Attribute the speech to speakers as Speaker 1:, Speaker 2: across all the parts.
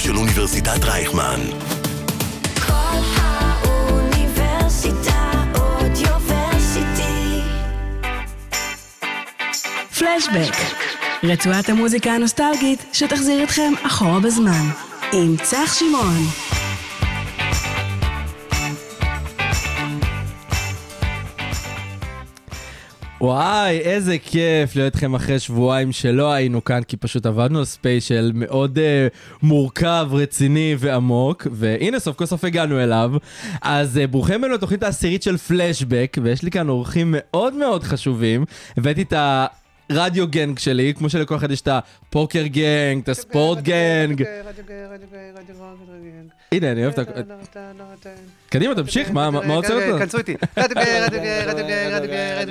Speaker 1: של אוניברסיטת רייכמן.
Speaker 2: כל האוניברסיטה אודיוורסיטי.
Speaker 3: פלשבק, רצועת המוזיקה הנוסטלגית שתחזיר אתכם אחורה בזמן, עם צח שמעון.
Speaker 4: וואי, איזה כיף להיות איתכם אחרי שבועיים שלא היינו כאן, כי פשוט עבדנו על ספיישל מאוד uh, מורכב, רציני ועמוק, והנה סוף כל סוף הגענו אליו. אז uh, ברוכים אלינו לתוכנית העשירית של פלשבק, ויש לי כאן אורחים מאוד מאוד חשובים. הבאתי את ה... רדיו גנג שלי, כמו שלכל אחד יש את הפוקר גנג, את הספורט גנג. הנה, אני אוהב את
Speaker 5: לא,
Speaker 4: ה... קדימה, תמשיך, מה מה- מה עוצר אותנו?
Speaker 5: אה, כנסו איתי.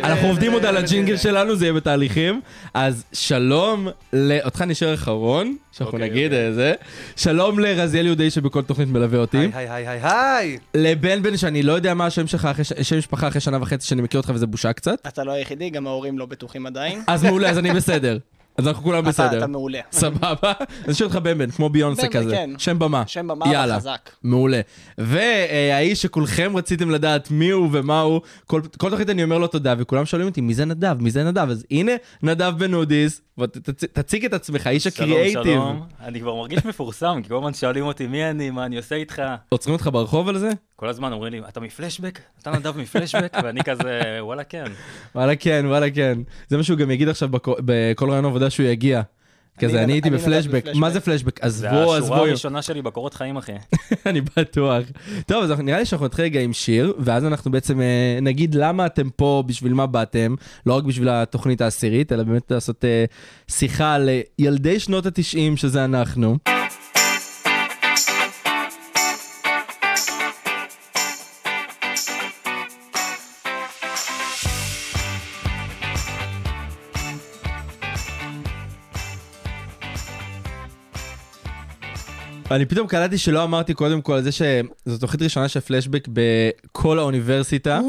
Speaker 4: אנחנו עובדים עוד על הג'ינגל שלנו, זה יהיה בתהליכים. אז שלום, ל- אותך נשאר אחרון, שאנחנו
Speaker 6: אוקיי,
Speaker 4: נגיד
Speaker 6: אוקיי.
Speaker 4: אה, זה. שלום לרזיאל יהודאי שבכל תוכנית מלווה אותי.
Speaker 5: היי היי היי היי היי!
Speaker 4: לבן בן שאני לא יודע מה השם שלך, אחרי ש- שם משפחה אחרי שנה וחצי שאני מכיר אותך וזה בושה קצת.
Speaker 7: אתה לא היחידי, גם ההורים לא בטוחים עדיין.
Speaker 4: אז מעולה, אז אני בסדר. אז אנחנו כולם
Speaker 7: אתה-
Speaker 4: בסדר.
Speaker 7: אתה מעולה.
Speaker 4: סבבה? אז יש לך בן בן, כמו ביונסה
Speaker 7: בן בן,
Speaker 4: כזה.
Speaker 7: כן.
Speaker 4: שם במה.
Speaker 7: שם במה
Speaker 4: יאללה.
Speaker 7: וחזק.
Speaker 4: מעולה. והאיש שכולכם רציתם לדעת מי הוא ומה הוא, כל, כל תוכנית אני אומר לו תודה, וכולם שואלים אותי, מי זה נדב? מי זה נדב? אז הנה, נדב בן אודיס, ותציג את עצמך, איש
Speaker 6: שלום,
Speaker 4: הקריאייטיב.
Speaker 6: שלום. אני כבר מרגיש מפורסם, כי כל הזמן שואלים אותי מי אני, מה אני עושה איתך.
Speaker 4: עוצרים אותך ברחוב על זה?
Speaker 6: כל הזמן אומרים לי, אתה מפלשבק? אתה נדב מפלשבק? ואני כזה, וואלה, כן.
Speaker 4: וואלה כן, וואלה כן. זה מה שהוא גם יגיד עכשיו בכ... בכל רעיון עבודה שהוא יגיע. כזה,
Speaker 7: נדב-
Speaker 4: אני הייתי
Speaker 7: אני נדב
Speaker 4: בפלשבק.
Speaker 7: בפלשבק.
Speaker 4: מה זה פלשבק?
Speaker 6: זה
Speaker 4: עזבו,
Speaker 6: השורה
Speaker 4: עזבו.
Speaker 6: הראשונה שלי בקורות חיים, אחי.
Speaker 4: אני בטוח. טוב, אז אנחנו- נראה לי שאנחנו נתחיל רגע עם שיר, ואז אנחנו בעצם אה, נגיד למה אתם פה, בשביל מה באתם, לא רק בשביל התוכנית העשירית, אלא באמת לעשות אה, שיחה על אה, ילדי שנות התשעים, שזה אנחנו. אני פתאום קלטתי שלא אמרתי קודם כל על זה שזו תוכנית ראשונה של פלשבק בכל האוניברסיטה.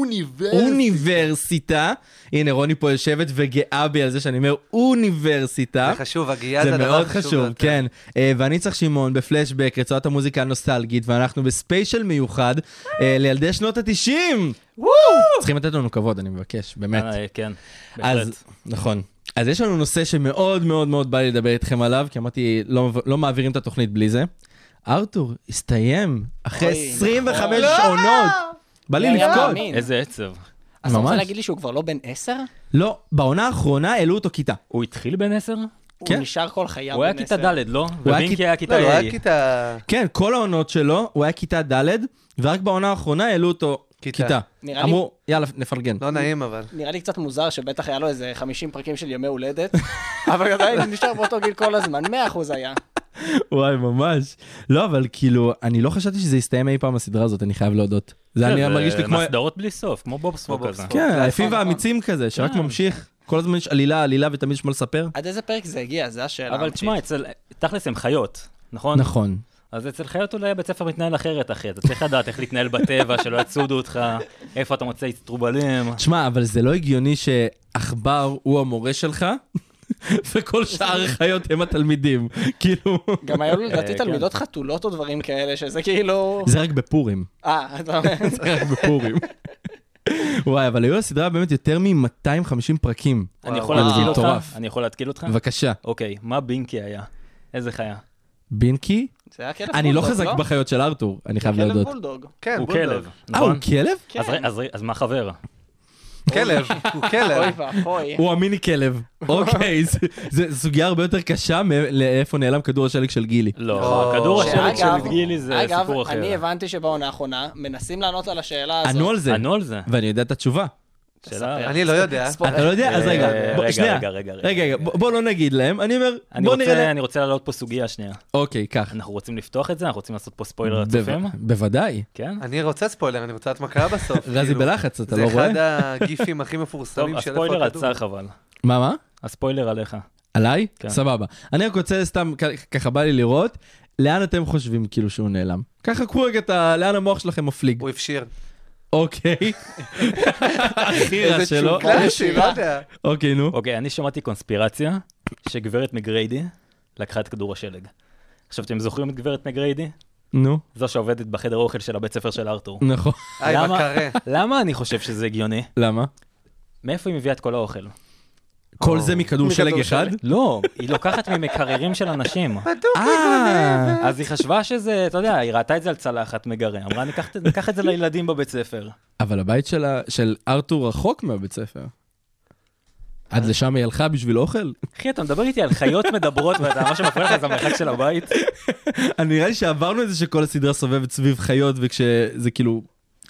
Speaker 4: אוניברסיטה. הנה, רוני פה יושבת וגאה בי על זה שאני אומר אוניברסיטה.
Speaker 5: זה חשוב, הגייה
Speaker 4: זה
Speaker 5: זה הדבר
Speaker 4: מאוד
Speaker 5: החשוב.
Speaker 4: חשוב,
Speaker 5: ביותר.
Speaker 4: כן. אה, ואני צריך שמעון בפלשבק, רצועת המוזיקה הנוסטלגית, ואנחנו בספיישל מיוחד אה, לילדי שנות התשעים! צריכים לתת לנו כבוד, אני מבקש, באמת.
Speaker 6: אה, כן, בהחלט.
Speaker 4: אז, נכון. אז יש לנו נושא שמאוד מאוד מאוד בא לי לדבר איתכם עליו, כי אמרתי, לא, לא מעבירים את התוכנית בלי זה. ארתור הסתיים אחרי
Speaker 5: נכון.
Speaker 7: אוי,
Speaker 4: 25
Speaker 6: לא!
Speaker 4: עונות. בא לי
Speaker 7: היה
Speaker 4: לבכות.
Speaker 7: מאמין.
Speaker 6: איזה עצב.
Speaker 7: אז אתה רוצה
Speaker 4: ממש.
Speaker 7: להגיד לי שהוא כבר לא בן עשר?
Speaker 4: לא, בעונה האחרונה העלו אותו כיתה.
Speaker 6: הוא התחיל בן 10?
Speaker 7: הוא
Speaker 4: כן.
Speaker 7: נשאר כל חייו
Speaker 6: הוא היה
Speaker 7: בן
Speaker 6: כיתה
Speaker 7: עשר.
Speaker 6: ד', לא?
Speaker 4: היה
Speaker 6: ובינקי
Speaker 4: כיתה-
Speaker 6: היה כיתה
Speaker 5: לא, לא,
Speaker 6: ה'.
Speaker 5: היה כיתה...
Speaker 4: כן, כל העונות שלו, הוא היה כיתה ד', ורק בעונה האחרונה העלו אותו
Speaker 5: כיתה.
Speaker 4: כיתה.
Speaker 7: נראה לי-
Speaker 4: אמרו, יאללה, נפרגן.
Speaker 5: לא נעים אבל.
Speaker 7: נראה לי קצת מוזר שבטח היה לו איזה 50 פרקים של ימי הולדת, אבל עדיין הוא נשאר באותו גיל כל הזמן, 100% היה.
Speaker 4: וואי, ממש. לא, אבל כאילו, אני לא חשבתי שזה יסתיים אי פעם הסדרה הזאת, אני חייב להודות.
Speaker 6: כן,
Speaker 4: זה אני מרגיש לי כמו...
Speaker 6: מסדרות בלי סוף, כמו בובספוג
Speaker 5: כמו
Speaker 6: כזה.
Speaker 5: בובספוג.
Speaker 4: כן,
Speaker 5: נכון,
Speaker 4: היפים
Speaker 7: נכון.
Speaker 4: והאמיצים כזה, שרק
Speaker 6: כן.
Speaker 4: ממשיך. כל הזמן יש עלילה, עלילה, ותמיד יש מה לספר.
Speaker 7: עד איזה פרק זה הגיע? זה השאלה.
Speaker 6: אבל תשמע, אצל... תכלס הם חיות, נכון?
Speaker 4: נכון.
Speaker 6: אז אצל חיות אולי הבית ספר מתנהל אחרת, אחי. אתה צריך לדעת איך להתנהל בטבע, שלא יצודו אותך, איפה אתה מוצא אצטרובלים.
Speaker 4: תשמע, אבל זה לא הגיוני שעכבר הוא המורה שלך, וכל שאר החיות הם התלמידים. כאילו...
Speaker 7: גם היו לו לדעתי
Speaker 6: אה,
Speaker 7: תלמידות חתולות או דברים כאלה, שזה כאילו...
Speaker 4: זה רק בפורים.
Speaker 7: אה, אתה אומר...
Speaker 4: זה רק בפורים. וואי, אבל היו לסדרה באמת יותר מ-250 פרקים.
Speaker 6: אני יכול
Speaker 4: וואו.
Speaker 6: להתקיל אותך?
Speaker 4: מטורף.
Speaker 6: אני יכול להתקיל אותך?
Speaker 4: בבקשה,
Speaker 6: אוקיי, מה בינקי היה? איזה חיה?
Speaker 4: בינקי?
Speaker 7: זה היה
Speaker 6: נכון,
Speaker 7: כלב
Speaker 4: אני לא
Speaker 7: בולדוג,
Speaker 4: חזק בחיות של ארתור, אני חייב
Speaker 7: כלב
Speaker 4: להודות.
Speaker 7: בולדוג.
Speaker 5: כן,
Speaker 6: הוא
Speaker 5: בולדוג.
Speaker 6: כלב,
Speaker 4: אה, הוא
Speaker 6: נכון?
Speaker 4: כלב?
Speaker 7: כן.
Speaker 6: אז ר- אז ר- אז מה חבר?
Speaker 5: כלב, הוא
Speaker 7: אוי
Speaker 5: כלב.
Speaker 6: כן.
Speaker 7: ואבוי.
Speaker 4: הוא המיני כלב. אוקיי, זה- זה זו סוגיה הרבה יותר קשה מאיפה נעלם כדור השלג של גילי.
Speaker 6: לא, הכדור
Speaker 5: שאגב-
Speaker 6: השלג של גילי זה
Speaker 7: אגב,
Speaker 6: סיפור אחר.
Speaker 7: אני הבנתי שבעונה האחרונה מנסים לענות על השאלה הזאת.
Speaker 4: ענו על זה,
Speaker 6: ענו על זה.
Speaker 4: ואני יודע את התשובה.
Speaker 6: שאלה...
Speaker 5: אני לא יודע.
Speaker 7: ספורט.
Speaker 4: אתה לא יודע? אז
Speaker 6: אה,
Speaker 4: רגע,
Speaker 6: רגע,
Speaker 4: בוא-
Speaker 6: רגע,
Speaker 4: שנייה.
Speaker 6: רגע, רגע,
Speaker 4: רגע, רגע,
Speaker 6: רגע.
Speaker 4: בוא בוא לא נגיד להם, אני אומר,
Speaker 6: אני
Speaker 4: בוא
Speaker 6: רוצה-
Speaker 4: נראה...
Speaker 6: אני רוצה להעלות פה סוגיה שנייה.
Speaker 4: אוקיי, ככה.
Speaker 6: אנחנו רוצים לפתוח את זה? אנחנו רוצים לעשות פה ספוילר לצופים?
Speaker 4: בוודאי.
Speaker 6: כן?
Speaker 5: אני רוצה ספוילר, אני רוצה לדעת מה קרה בסוף.
Speaker 4: רזי
Speaker 5: כאילו.
Speaker 4: בלחץ, אתה
Speaker 5: זה
Speaker 4: לא רואה?
Speaker 5: אחד הגיפים הכי
Speaker 6: טוב,
Speaker 5: מפורסמים של איפה
Speaker 6: הספוילר על
Speaker 5: הכדור.
Speaker 6: צח אבל.
Speaker 4: מה, מה?
Speaker 6: הספוילר עליך.
Speaker 4: עליי?
Speaker 6: כן.
Speaker 4: סבבה. אני רק רוצה סתם, כ- ככה בא לי לראות, לאן אתם חושבים כאילו שהוא נעלם? ככה קחו רגע את ה... לאן המוח שלכם מפליג.
Speaker 5: הוא הפשיר.
Speaker 4: אוקיי. הכי רע
Speaker 7: איזה
Speaker 4: שלו.
Speaker 7: תשובה.
Speaker 6: אה?
Speaker 5: קלאסי, לא יודע.
Speaker 4: אוקיי, נו.
Speaker 6: אוקיי, אני שמעתי קונספירציה שגברת מגריידי לקחה את כדור השלג. עכשיו, אתם זוכרים את גברת מגריידי?
Speaker 4: נו,
Speaker 6: זו שעובדת בחדר אוכל של הבית ספר של ארתור.
Speaker 4: נכון.
Speaker 5: היי,
Speaker 6: למה-
Speaker 5: מה קרה?
Speaker 6: למה אני חושב שזה הגיוני?
Speaker 4: למה?
Speaker 6: מאיפה היא מביאה את כל האוכל?
Speaker 4: כל זה מכדור שלג
Speaker 5: מכדור
Speaker 4: אחד?
Speaker 5: שלג.
Speaker 6: לא, היא לוקחת ממקררים של אנשים.
Speaker 4: אה,
Speaker 6: אז היא חשבה שזה, אתה יודע, היא ראתה את זה על צלחת מגרה, אמרה, ניקח, את- ניקח את זה לילדים בבית ספר.
Speaker 4: אבל הבית שלה, של ארתור רחוק מהבית ספר. עד
Speaker 5: אה.
Speaker 4: לשם היא הלכה בשביל אוכל?
Speaker 6: אחי, אתה מדבר איתי על חיות מדברות, ואתה ממש מפריע לך, זה המרחק של הבית.
Speaker 4: אני נראה לי שעברנו את זה שכל הסדרה סובבת סביב חיות, וכשזה כאילו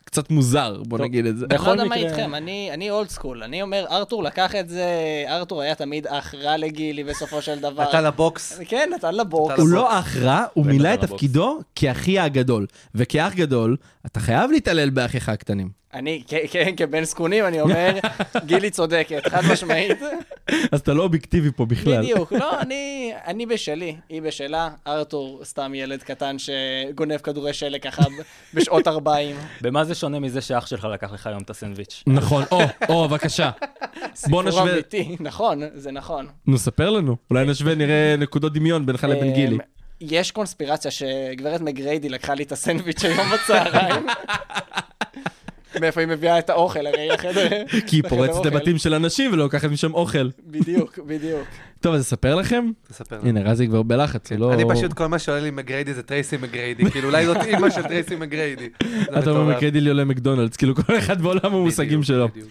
Speaker 4: קצת מוזר, בוא נגיד את זה.
Speaker 7: אני לא יודע מה
Speaker 6: מקרה-
Speaker 7: איתכם, אני אני אולד סקול. אני אומר, ארתור לקח את זה, ארתור היה תמיד אח רע לגילי בסופו של דבר.
Speaker 5: אתה לבוקס.
Speaker 7: כן, נתן לבוקס.
Speaker 5: אתה
Speaker 4: הוא לא אח רע, הוא
Speaker 6: רגע,
Speaker 4: מילא את
Speaker 6: על הבוקס.
Speaker 4: תפקידו כאחי הגדול. וכאח גדול, אתה חייב להתעלל באחיך הקטנים.
Speaker 7: אני, כ- כן, כבן זקונים, אני אומר, גילי צודקת, חד משמעית.
Speaker 4: אז אתה לא אובייקטיבי פה בכלל.
Speaker 7: בדיוק, לא, אני, אני בשלי, היא בשלה, ארתור סתם ילד קטן שגונב כדורי שלג ככה בשעות 40.
Speaker 6: במה זה שונה מזה שאח שלך לקח לך היום את הסנדוויץ'?
Speaker 4: נכון, או, או, בבקשה. בוא
Speaker 7: סיפור
Speaker 4: נשווה,
Speaker 7: אמיתי, נכון, זה נכון.
Speaker 4: נו, ספר לנו. אולי נשווה, נראה נקודות דמיון בינך לבין
Speaker 7: אמ,
Speaker 4: גילי.
Speaker 7: יש קונספירציה שגברת מגריידי לקחה לי את הסנדוויץ' היום בצהריים. מאיפה היא מביאה את האוכל, הרי לחדר...
Speaker 4: כי היא
Speaker 7: לחדר
Speaker 4: פורצת
Speaker 7: אוכל.
Speaker 4: לבתים של אנשים ולא לוקחת משם אוכל.
Speaker 7: בדיוק, בדיוק.
Speaker 4: טוב, אז אספר לכם?
Speaker 5: תספר לנו. כן.
Speaker 4: הנה, רזי כבר בלחץ, הוא לא...
Speaker 5: אני פשוט, כל מה שעולה לי מגריידי זה טרייסי מגריידי. כאילו, אולי זאת אימא של טרייסי מגריידי. זה
Speaker 4: אתה אומר
Speaker 5: מטורף.
Speaker 4: מקרדילי עולה מקדונלדס, כאילו כל אחד בעולם המושגים
Speaker 5: בדיוק,
Speaker 4: שלו.
Speaker 5: בדיוק.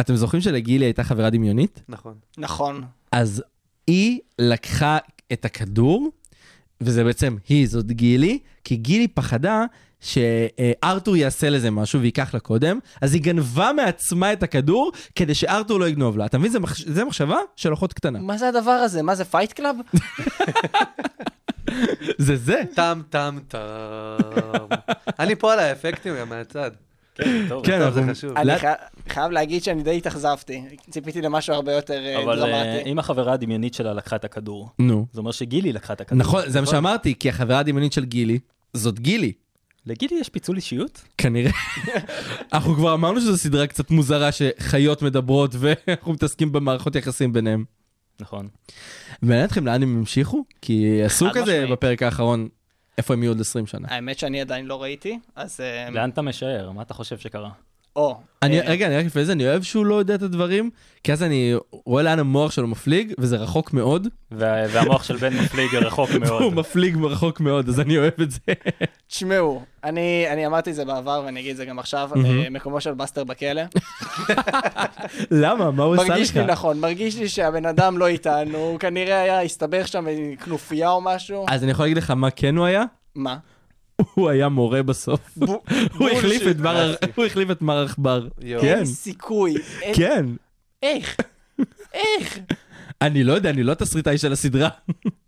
Speaker 4: אתם זוכרים שלגילי הייתה חברה דמיונית?
Speaker 5: נכון.
Speaker 7: נכון.
Speaker 4: אז היא לקחה את הכדור, וזה בעצם היא, זאת גילי, כי גילי פחדה שארתור יעשה לזה משהו וייקח לה קודם, אז היא גנבה מעצמה את הכדור כדי שארתור לא יגנוב לה. אתה מבין? זה מחש- זה מחשבה של אחות קטנה.
Speaker 7: מה זה הדבר הזה? מה זה פייט קלאב?
Speaker 4: זה זה.
Speaker 5: טם טם טם. אני פה על האפקטים גם מהצד.
Speaker 6: כן, טוב.
Speaker 4: כן,
Speaker 5: טוב, זה
Speaker 4: אנחנו-
Speaker 5: חשוב.
Speaker 7: אני
Speaker 4: לאט-
Speaker 7: חי- חייב להגיד שאני די התאכזבתי. ציפיתי למשהו הרבה יותר אה,
Speaker 6: אבל אה,
Speaker 7: דרמטי.
Speaker 6: אם החברה הדמיונית שלה לקחה את הכדור,
Speaker 4: נו.
Speaker 6: זה אומר שגילי לקחה את הכדור.
Speaker 4: נכון, זה מה שאמרתי, כי החברה הדמיונית של גילי, זאת גילי.
Speaker 6: לגילי יש פיצול אישיות?
Speaker 4: כנראה. אנחנו כבר אמרנו שזו סדרה קצת מוזרה שחיות מדברות ואנחנו מתעסקים במערכות יחסים ביניהם.
Speaker 6: נכון.
Speaker 4: מעניין אתכם לאן הם המשיכו? כי עשו
Speaker 7: חד
Speaker 4: כזה
Speaker 7: משמעית.
Speaker 4: בפרק האחרון, איפה הם יהיו עוד 20 שנה.
Speaker 7: האמת שאני עדיין לא ראיתי, אז... אה,
Speaker 6: לאן אתה משער? מה אתה חושב שקרה?
Speaker 7: או.
Speaker 4: אני,
Speaker 7: אה,
Speaker 4: רגע, אני רק לפני זה, אני אוהב שהוא לא יודע את הדברים, כי אז אני רואה לאן המוח שלו מפליג, וזה רחוק מאוד.
Speaker 6: וה- והמוח של בן מפליג רחוק
Speaker 4: הוא
Speaker 6: מאוד.
Speaker 4: מפליג רחוק מאוד, אז אני אוהב את זה.
Speaker 7: תשמעו, אני אני אמרתי את זה בעבר ואני אגיד את זה גם עכשיו, אה, מקומו של בסטר בכלא.
Speaker 4: למה? מה הוא עשה
Speaker 7: מרגיש לי
Speaker 4: לך?
Speaker 7: נכון, מרגיש לי שהבן אדם לא איתנו, הוא כנראה היה, הסתבך שם עם כנופיה או משהו.
Speaker 4: אז אני יכול להגיד לך מה כן הוא היה?
Speaker 7: מה?
Speaker 4: הוא היה מורה בסוף. הוא החליף את מר-
Speaker 5: בולשיט.
Speaker 4: הוא החליף את מר עכבר.
Speaker 5: יואו.
Speaker 4: כן,
Speaker 7: אין סיכוי. אין-
Speaker 4: כן.
Speaker 7: איך? איך?
Speaker 4: אני לא יודע, אני לא תסריטאי של הסדרה.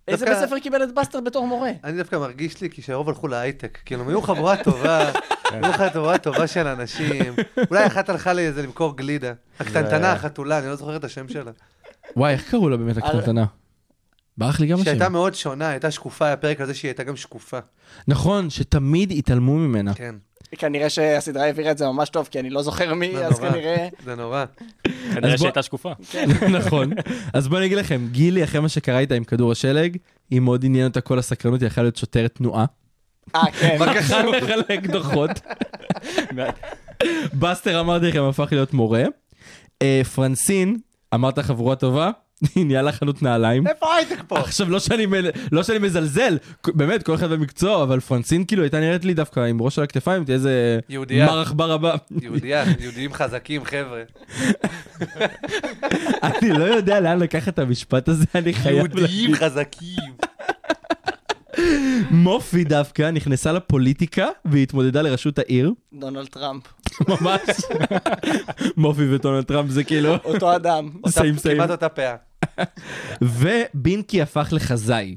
Speaker 7: איזה בית
Speaker 5: דווקא-
Speaker 7: ספר קיבל את בסטר בתור מורה?
Speaker 5: אני דווקא מרגיש לי כי שהרוב הלכו להייטק. כאילו, הם היו חבורה טובה, הם היו חבורה טובה של אנשים. אולי אחת הלכה לאיזה למכור גלידה. הקטנטנה, החתולה, אני לא זוכר את השם שלה.
Speaker 4: וואי, איך קראו לה באמת הקטנטנה? ברח לי גם השם.
Speaker 5: שהייתה מאוד שונה, הייתה שקופה, היה פרק על זה שהיא הייתה גם שקופה.
Speaker 4: נכון, שתמיד התעלמו ממנה.
Speaker 5: כן,
Speaker 7: כנראה שהסדרה העבירה את זה ממש טוב, כי אני לא זוכר מי,
Speaker 5: זה
Speaker 7: אז
Speaker 5: נורא.
Speaker 7: כנראה...
Speaker 5: זה נורא.
Speaker 6: כנראה
Speaker 4: בוא-
Speaker 6: שהייתה שקופה.
Speaker 4: נכון. אז בוא אני אגיד לכם, גילי, אחרי מה שקרה איתה עם כדור השלג, היא מאוד עניין אותה כל הסקרנות, היא יכלה להיות שוטרת תנועה.
Speaker 7: אה, כן.
Speaker 4: התחלנו לחלק דוחות. בסטר אמרתי לכם, הפך להיות מורה. אה, פרנסין, אמרת חבורה טובה, היא נהיה לה חנות נעליים.
Speaker 5: איפה הייטק פה?
Speaker 4: עכשיו, לא שאני, מל... לא שאני מזלזל, כ- באמת, כל אחד במקצוע, אבל פרנסין כאילו הייתה נראית לי דווקא עם ראש על הכתפיים, תהיה איזה...
Speaker 5: יהודייה.
Speaker 4: מר עכבר הבא.
Speaker 5: יהודייה, יהודים חזקים, חבר'ה.
Speaker 4: אני לא יודע לאן לקח את המשפט הזה, אני חייב... לה-
Speaker 5: יהודים חזקים.
Speaker 4: מופי דווקא נכנסה לפוליטיקה והתמודדה לראשות העיר,
Speaker 7: דונלד טראמפ.
Speaker 4: ממש. מופי וטונלד טראמפ זה כאילו...
Speaker 7: אותו אדם.
Speaker 4: סיים סיים.
Speaker 5: כמעט אותה פאה.
Speaker 4: ובינקי הפך לחזאי.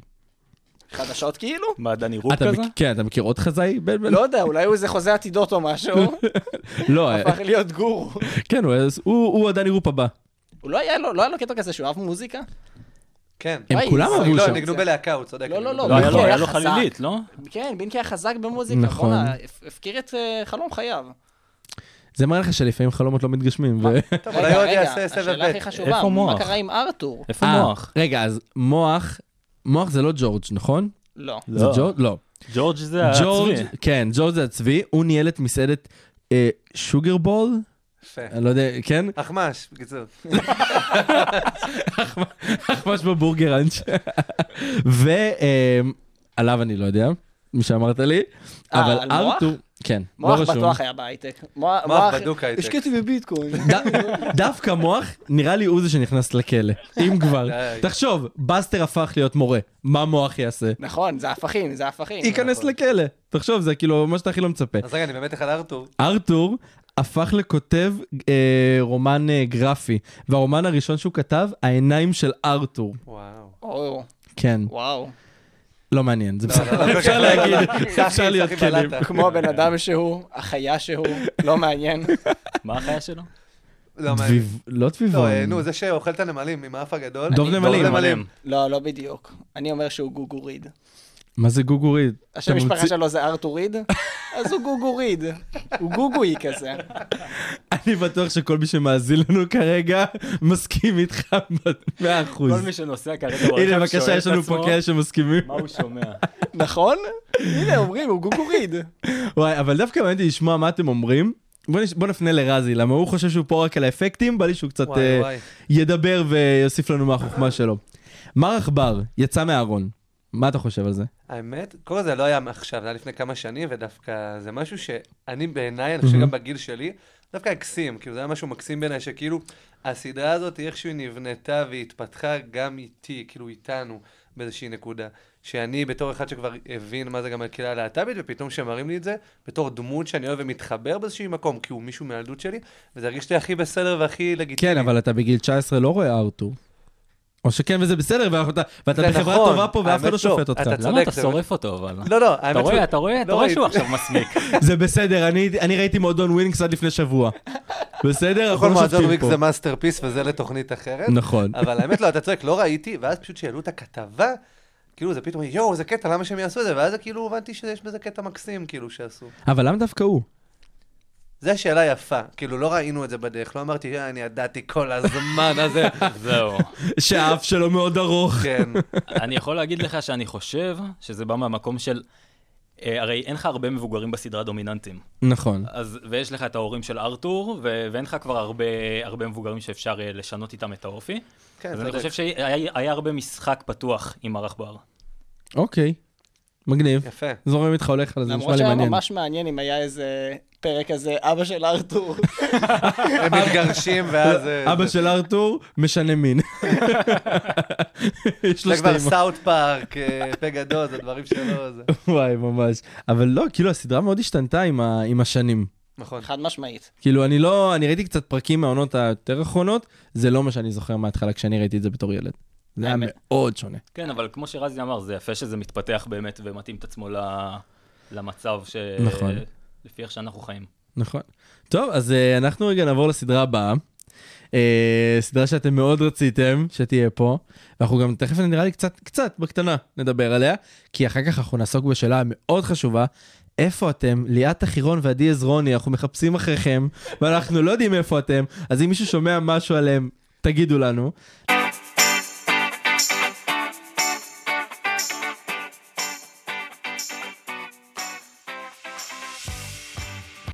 Speaker 7: חדשות כאילו?
Speaker 6: מה, דני רוב
Speaker 4: אתה
Speaker 6: כזה?
Speaker 4: מכ- כן, אתה מכיר עוד חזאי? בן בן?
Speaker 7: לא יודע, אולי הוא איזה חוזה עתידות או משהו,
Speaker 4: לא, אה,
Speaker 7: הפך להיות גורו.
Speaker 4: כן, הוא- הוא הוא עדיין אירופ הבא.
Speaker 7: הוא לא היה לו, לא היה לו קטע כזה שהוא אהב מוזיקה?
Speaker 5: כן.
Speaker 4: הם
Speaker 7: וואי,
Speaker 4: כולם
Speaker 7: זה-
Speaker 4: עברו
Speaker 5: לא,
Speaker 4: שם.
Speaker 5: הם ניגנו בלהקה, הוא צודק.
Speaker 7: לא, לא,
Speaker 5: הם
Speaker 7: לא.
Speaker 5: ניגנו
Speaker 6: לא, היה לו-
Speaker 7: הוא
Speaker 6: היה
Speaker 7: היה
Speaker 6: לו
Speaker 7: חזק.
Speaker 6: חלילית, לא?
Speaker 7: כן, בינקי היה חזק במוזיקה.
Speaker 4: נכון.
Speaker 7: בואנה, הפ- הפקיר את אה, חלום חייו.
Speaker 4: זה מראה לך שלפעמים חלומות לא מתגשמים. ו-
Speaker 5: בלהקה. טוב, אולי הוא עוד יעשה סבב
Speaker 7: השאלה הכי
Speaker 5: ב'.
Speaker 7: חשובה,
Speaker 6: איפה מוח?
Speaker 7: מה קרה עם ארתור?
Speaker 6: איפה
Speaker 4: אה,
Speaker 6: מוח?
Speaker 4: רגע, אז מוח, מוח זה לא ג'ורג', נכון?
Speaker 7: לא.
Speaker 4: זה ג'ורג'? לא.
Speaker 6: ג'ורג' זה העצמי.
Speaker 4: ג'ורג', כן, ג'ורג' זה הצבי, הוא ניהל את מסעדת אה, שוגר בול,
Speaker 5: יפה.
Speaker 4: אני לא יודע, כן?
Speaker 5: אחמש, בקיצור.
Speaker 4: ממש בבורגר אנץ'. ועליו אני לא יודע, מי שאמרת לי,
Speaker 7: אה,
Speaker 4: אבל
Speaker 7: על מוח?
Speaker 4: ארתור, כן, לא
Speaker 7: מוח
Speaker 4: רשום.
Speaker 7: בטוח היה בהייטק. מוח
Speaker 5: בדוק הייטק.
Speaker 7: השקיעתי בביטקוין.
Speaker 4: ד- דווקא מוח, נראה לי הוא זה שנכנס לכלא, אם כבר.
Speaker 5: די.
Speaker 4: תחשוב, בסטר הפך להיות מורה, מה מוח יעשה?
Speaker 7: נכון, זה הפכים, זה הפכים.
Speaker 4: ייכנס לכלא. תחשוב, זה כאילו מה שאתה הכי לא מצפה.
Speaker 5: אז רגע, אני באמת אחד ארתור.
Speaker 4: ארתור הפך לכותב אה, רומן אה, גרפי, והרומן הראשון שהוא כתב, העיניים של ארתור.
Speaker 5: וואו.
Speaker 7: או,
Speaker 4: כן,
Speaker 7: וואו.
Speaker 4: לא מעניין, זה
Speaker 5: לא, לא,
Speaker 4: בסדר,
Speaker 5: לא,
Speaker 4: אפשר
Speaker 5: לא,
Speaker 4: להגיד,
Speaker 5: לא, לא.
Speaker 4: אפשר
Speaker 5: סחי,
Speaker 4: להיות
Speaker 5: סחי
Speaker 4: כנים.
Speaker 5: בלטה.
Speaker 7: כמו הבן אדם שהוא, החיה שהוא, לא מעניין.
Speaker 6: מה החיה שלו?
Speaker 5: לא, מה-
Speaker 4: דביב- לא
Speaker 5: לא,
Speaker 4: דביבון.
Speaker 5: אה, נו, זה שאוכל את הנמלים עם האף הגדול.
Speaker 4: דוב נמלים.
Speaker 7: לא, לא בדיוק. אני אומר שהוא גוגוריד.
Speaker 4: מה זה גוגוריד?
Speaker 7: השם
Speaker 4: אתה
Speaker 7: המשפחה
Speaker 4: ממציא-
Speaker 7: שלו זה ארתוריד, אז הוא גוגוריד. הוא גוגוי כזה.
Speaker 4: אני בטוח שכל מי שמאזין לנו כרגע מסכים איתך במאה אחוז.
Speaker 6: כל מי שנוסע כרגע הוא
Speaker 4: הנה, בבקשה, יש לנו פה כאלה שמסכימים.
Speaker 6: מה הוא שומע?
Speaker 7: נכון? הנה, אומרים, הוא גוגוריד.
Speaker 4: וואי, אבל דווקא מעניין אותי לשמוע מה אתם אומרים. בוא, נש... בוא נפנה לרזי, למה הוא חושב שהוא פה רק על האפקטים, בא לי שהוא קצת
Speaker 5: וואי,
Speaker 4: אה,
Speaker 5: וואי.
Speaker 4: ידבר ויוסיף לנו מהחוכמה שלו. מר עכבר, יצא מהארון. מה אתה חושב על זה?
Speaker 5: האמת, כל זה לא היה עכשיו, זה היה לפני כמה שנים, ודווקא זה משהו שאני בעיניי, אני חושב גם בגיל שלי, דווקא הקסים, כאילו זה היה משהו מקסים בעיניי, שכאילו הסדרה הזאת, איך שהיא נבנתה והתפתחה גם איתי, כאילו איתנו, באיזושהי נקודה. שאני בתור אחד שכבר הבין מה זה גם הקהילה הלהט"בית, ופתאום כשמראים לי את זה, בתור דמות שאני אוהב ומתחבר באיזשהו מקום, כי הוא מישהו מהילדות שלי, וזה הרגיש לי הכי בסדר והכי לגיטימי.
Speaker 4: כן, אבל אתה בגיל 19 לא רואה ארתור. או שכן וזה בסדר, ואתה, ואתה
Speaker 5: זה
Speaker 4: בחברה
Speaker 5: נכון,
Speaker 4: טובה פה ואף אחד
Speaker 5: האמת
Speaker 4: לא שופט
Speaker 5: לא,
Speaker 4: אותך.
Speaker 5: אתה צודק.
Speaker 6: למה אתה
Speaker 5: זה-
Speaker 6: שורף אותו אבל?
Speaker 5: לא, לא, האמת
Speaker 6: אתה
Speaker 5: שהוא-
Speaker 6: רואה, אתה רואה, אתה
Speaker 5: לא
Speaker 6: רואה
Speaker 5: ראיתי.
Speaker 6: שהוא עכשיו מסמיק.
Speaker 4: זה בסדר, אני, אני ראיתי מועדון ווינקס עד לפני שבוע. בסדר? אנחנו
Speaker 5: כל
Speaker 4: לא
Speaker 5: נכון, מועדון
Speaker 4: שופטים
Speaker 5: וויק
Speaker 4: פה.
Speaker 5: זה מאסטרפיס וזה לתוכנית אחרת.
Speaker 4: נכון.
Speaker 5: אבל האמת לא, אתה צודק, לא ראיתי, ואז פשוט שהעלו את הכתבה, כאילו זה פתאום, יואו, זה קטע, למה שהם יעשו את זה? ואז כאילו הבנתי שיש בזה קטע מקסים, כאילו, שעשו.
Speaker 4: אבל למה דווקא הוא?
Speaker 5: זו שאלה יפה, כאילו, לא ראינו את זה בדרך, לא אמרתי, "אה, אני ידעתי כל הזמן הזה.
Speaker 6: זהו.
Speaker 4: שהאף שלו מאוד ארוך.
Speaker 5: כן,
Speaker 6: אני יכול להגיד לך שאני חושב שזה בא מהמקום של... אה, הרי אין לך הרבה מבוגרים בסדרה דומיננטים.
Speaker 4: נכון.
Speaker 6: אז, ויש לך את ההורים של ארתור, ו- ואין לך כבר הרבה, הרבה מבוגרים שאפשר אה, לשנות איתם את האופי.
Speaker 5: כן,
Speaker 6: אז אני
Speaker 5: צודק.
Speaker 6: חושב שהיה היה הרבה משחק פתוח עם הרכבר.
Speaker 4: אוקיי. מגניב.
Speaker 5: יפה.
Speaker 4: זורם איתך, הולך על זה, נשמע
Speaker 7: למרות
Speaker 4: לי
Speaker 7: שהיה
Speaker 4: מעניין.
Speaker 7: ממש מעניין אם היה איזה פרק כזה, אבא של ארתור.
Speaker 5: הם מתגרשים, ואז... אה,
Speaker 4: אבא
Speaker 5: זה-
Speaker 4: של ארתור משנה מין. יש לו שתי
Speaker 5: זה כבר
Speaker 4: אימא.
Speaker 5: סאוט פארק, אה, פה גדול, זה דברים שלא... זה-
Speaker 4: וואי, ממש. אבל לא, כאילו, הסדרה מאוד השתנתה עם ה- עם השנים.
Speaker 5: נכון.
Speaker 7: חד משמעית.
Speaker 4: כאילו, אני לא, אני ראיתי קצת פרקים מהעונות היותר אחרונות, זה לא מה שאני זוכר מההתחלה כשאני ראיתי את זה בתור ילד. זה היה
Speaker 6: האמת.
Speaker 4: מאוד שונה.
Speaker 6: כן, אבל כמו שרזי אמר, זה יפה שזה מתפתח באמת ומתאים את עצמו ל- למצב ש...
Speaker 4: נכון.
Speaker 6: לפי איך שאנחנו חיים.
Speaker 4: נכון. טוב, אז אה, אנחנו רגע נעבור לסדרה הבאה. אה, סדרה שאתם מאוד רציתם שתהיה פה, ואנחנו גם תכף נראה לי קצת, קצת בקטנה נדבר עליה, כי אחר כך אנחנו נעסוק בשאלה המאוד חשובה, איפה אתם? ליאת החירון ועדי עזרוני, אנחנו מחפשים אחריכם, ואנחנו לא יודעים איפה אתם, אז אם מישהו שומע משהו עליהם, תגידו לנו.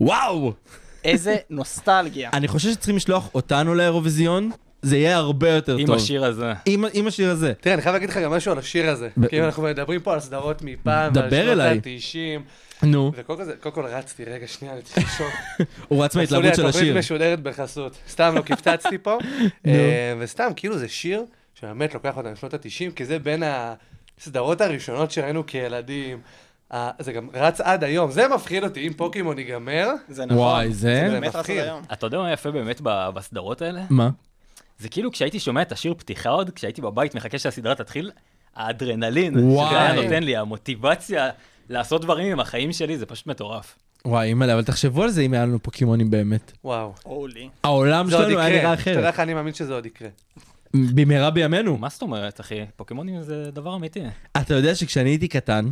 Speaker 4: וואו!
Speaker 7: איזה נוסטלגיה.
Speaker 4: אני חושב שצריכים לשלוח אותנו לאירוויזיון, זה יהיה הרבה יותר
Speaker 6: עם
Speaker 4: טוב.
Speaker 6: השיר הזה.
Speaker 4: עם, עם השיר הזה.
Speaker 5: תראה, אני חייב להגיד לך גם משהו על השיר הזה.
Speaker 4: ב-
Speaker 5: כאילו, אנחנו מדברים פה על סדרות מפעם,
Speaker 4: דבר
Speaker 5: על שנות
Speaker 4: אליי.
Speaker 5: ה-90,
Speaker 4: נו,
Speaker 5: וקודם כל זה- קודם כל רצתי, רגע, שנייה, אני צריך לשאול.
Speaker 4: הוא רץ
Speaker 5: עשו לי
Speaker 4: מההתלהבות של השיר.
Speaker 5: התוכנית משודרת בחסות. סתם לא קפצצתי פה. אה, וסתם, כאילו זה שיר שבאמת לוקח אותנו לשנות ה-90, כי זה בין הסדרות הראשונות שראינו כילדים. אה, זה גם רץ עד היום, זה מפחיד אותי, אם פוקימון ייגמר.
Speaker 7: זה נכון.
Speaker 4: וואי,
Speaker 7: זה
Speaker 4: זה...
Speaker 7: באמת רצת
Speaker 5: מפחיד.
Speaker 7: היום.
Speaker 6: אתה יודע מה יפה באמת ב- בסדרות האלה?
Speaker 4: מה?
Speaker 6: זה כאילו כשהייתי שומע את השיר פתיחה עוד, כשהייתי בבית מחכה שהסדרה תתחיל, האדרנלין,
Speaker 4: וואי.
Speaker 6: שזה היה נותן לי, המוטיבציה לעשות דברים עם החיים שלי, זה פשוט מטורף.
Speaker 4: וואי, אימא'לה, אבל תחשבו על זה אם היה לנו פוקימונים באמת.
Speaker 5: וואו.
Speaker 7: הולי.
Speaker 4: העולם
Speaker 5: זה עוד
Speaker 4: שלנו לא היה נראה
Speaker 5: יקרה. אתה יודע
Speaker 4: אחרת.
Speaker 5: לך, אני מאמין שזה עוד יקרה.
Speaker 4: במהרה בימינו.
Speaker 6: מה זאת אומרת, אחי? פוקימונים זה דבר אמיתי.
Speaker 4: אתה יודע שכשאני הייתי קטן,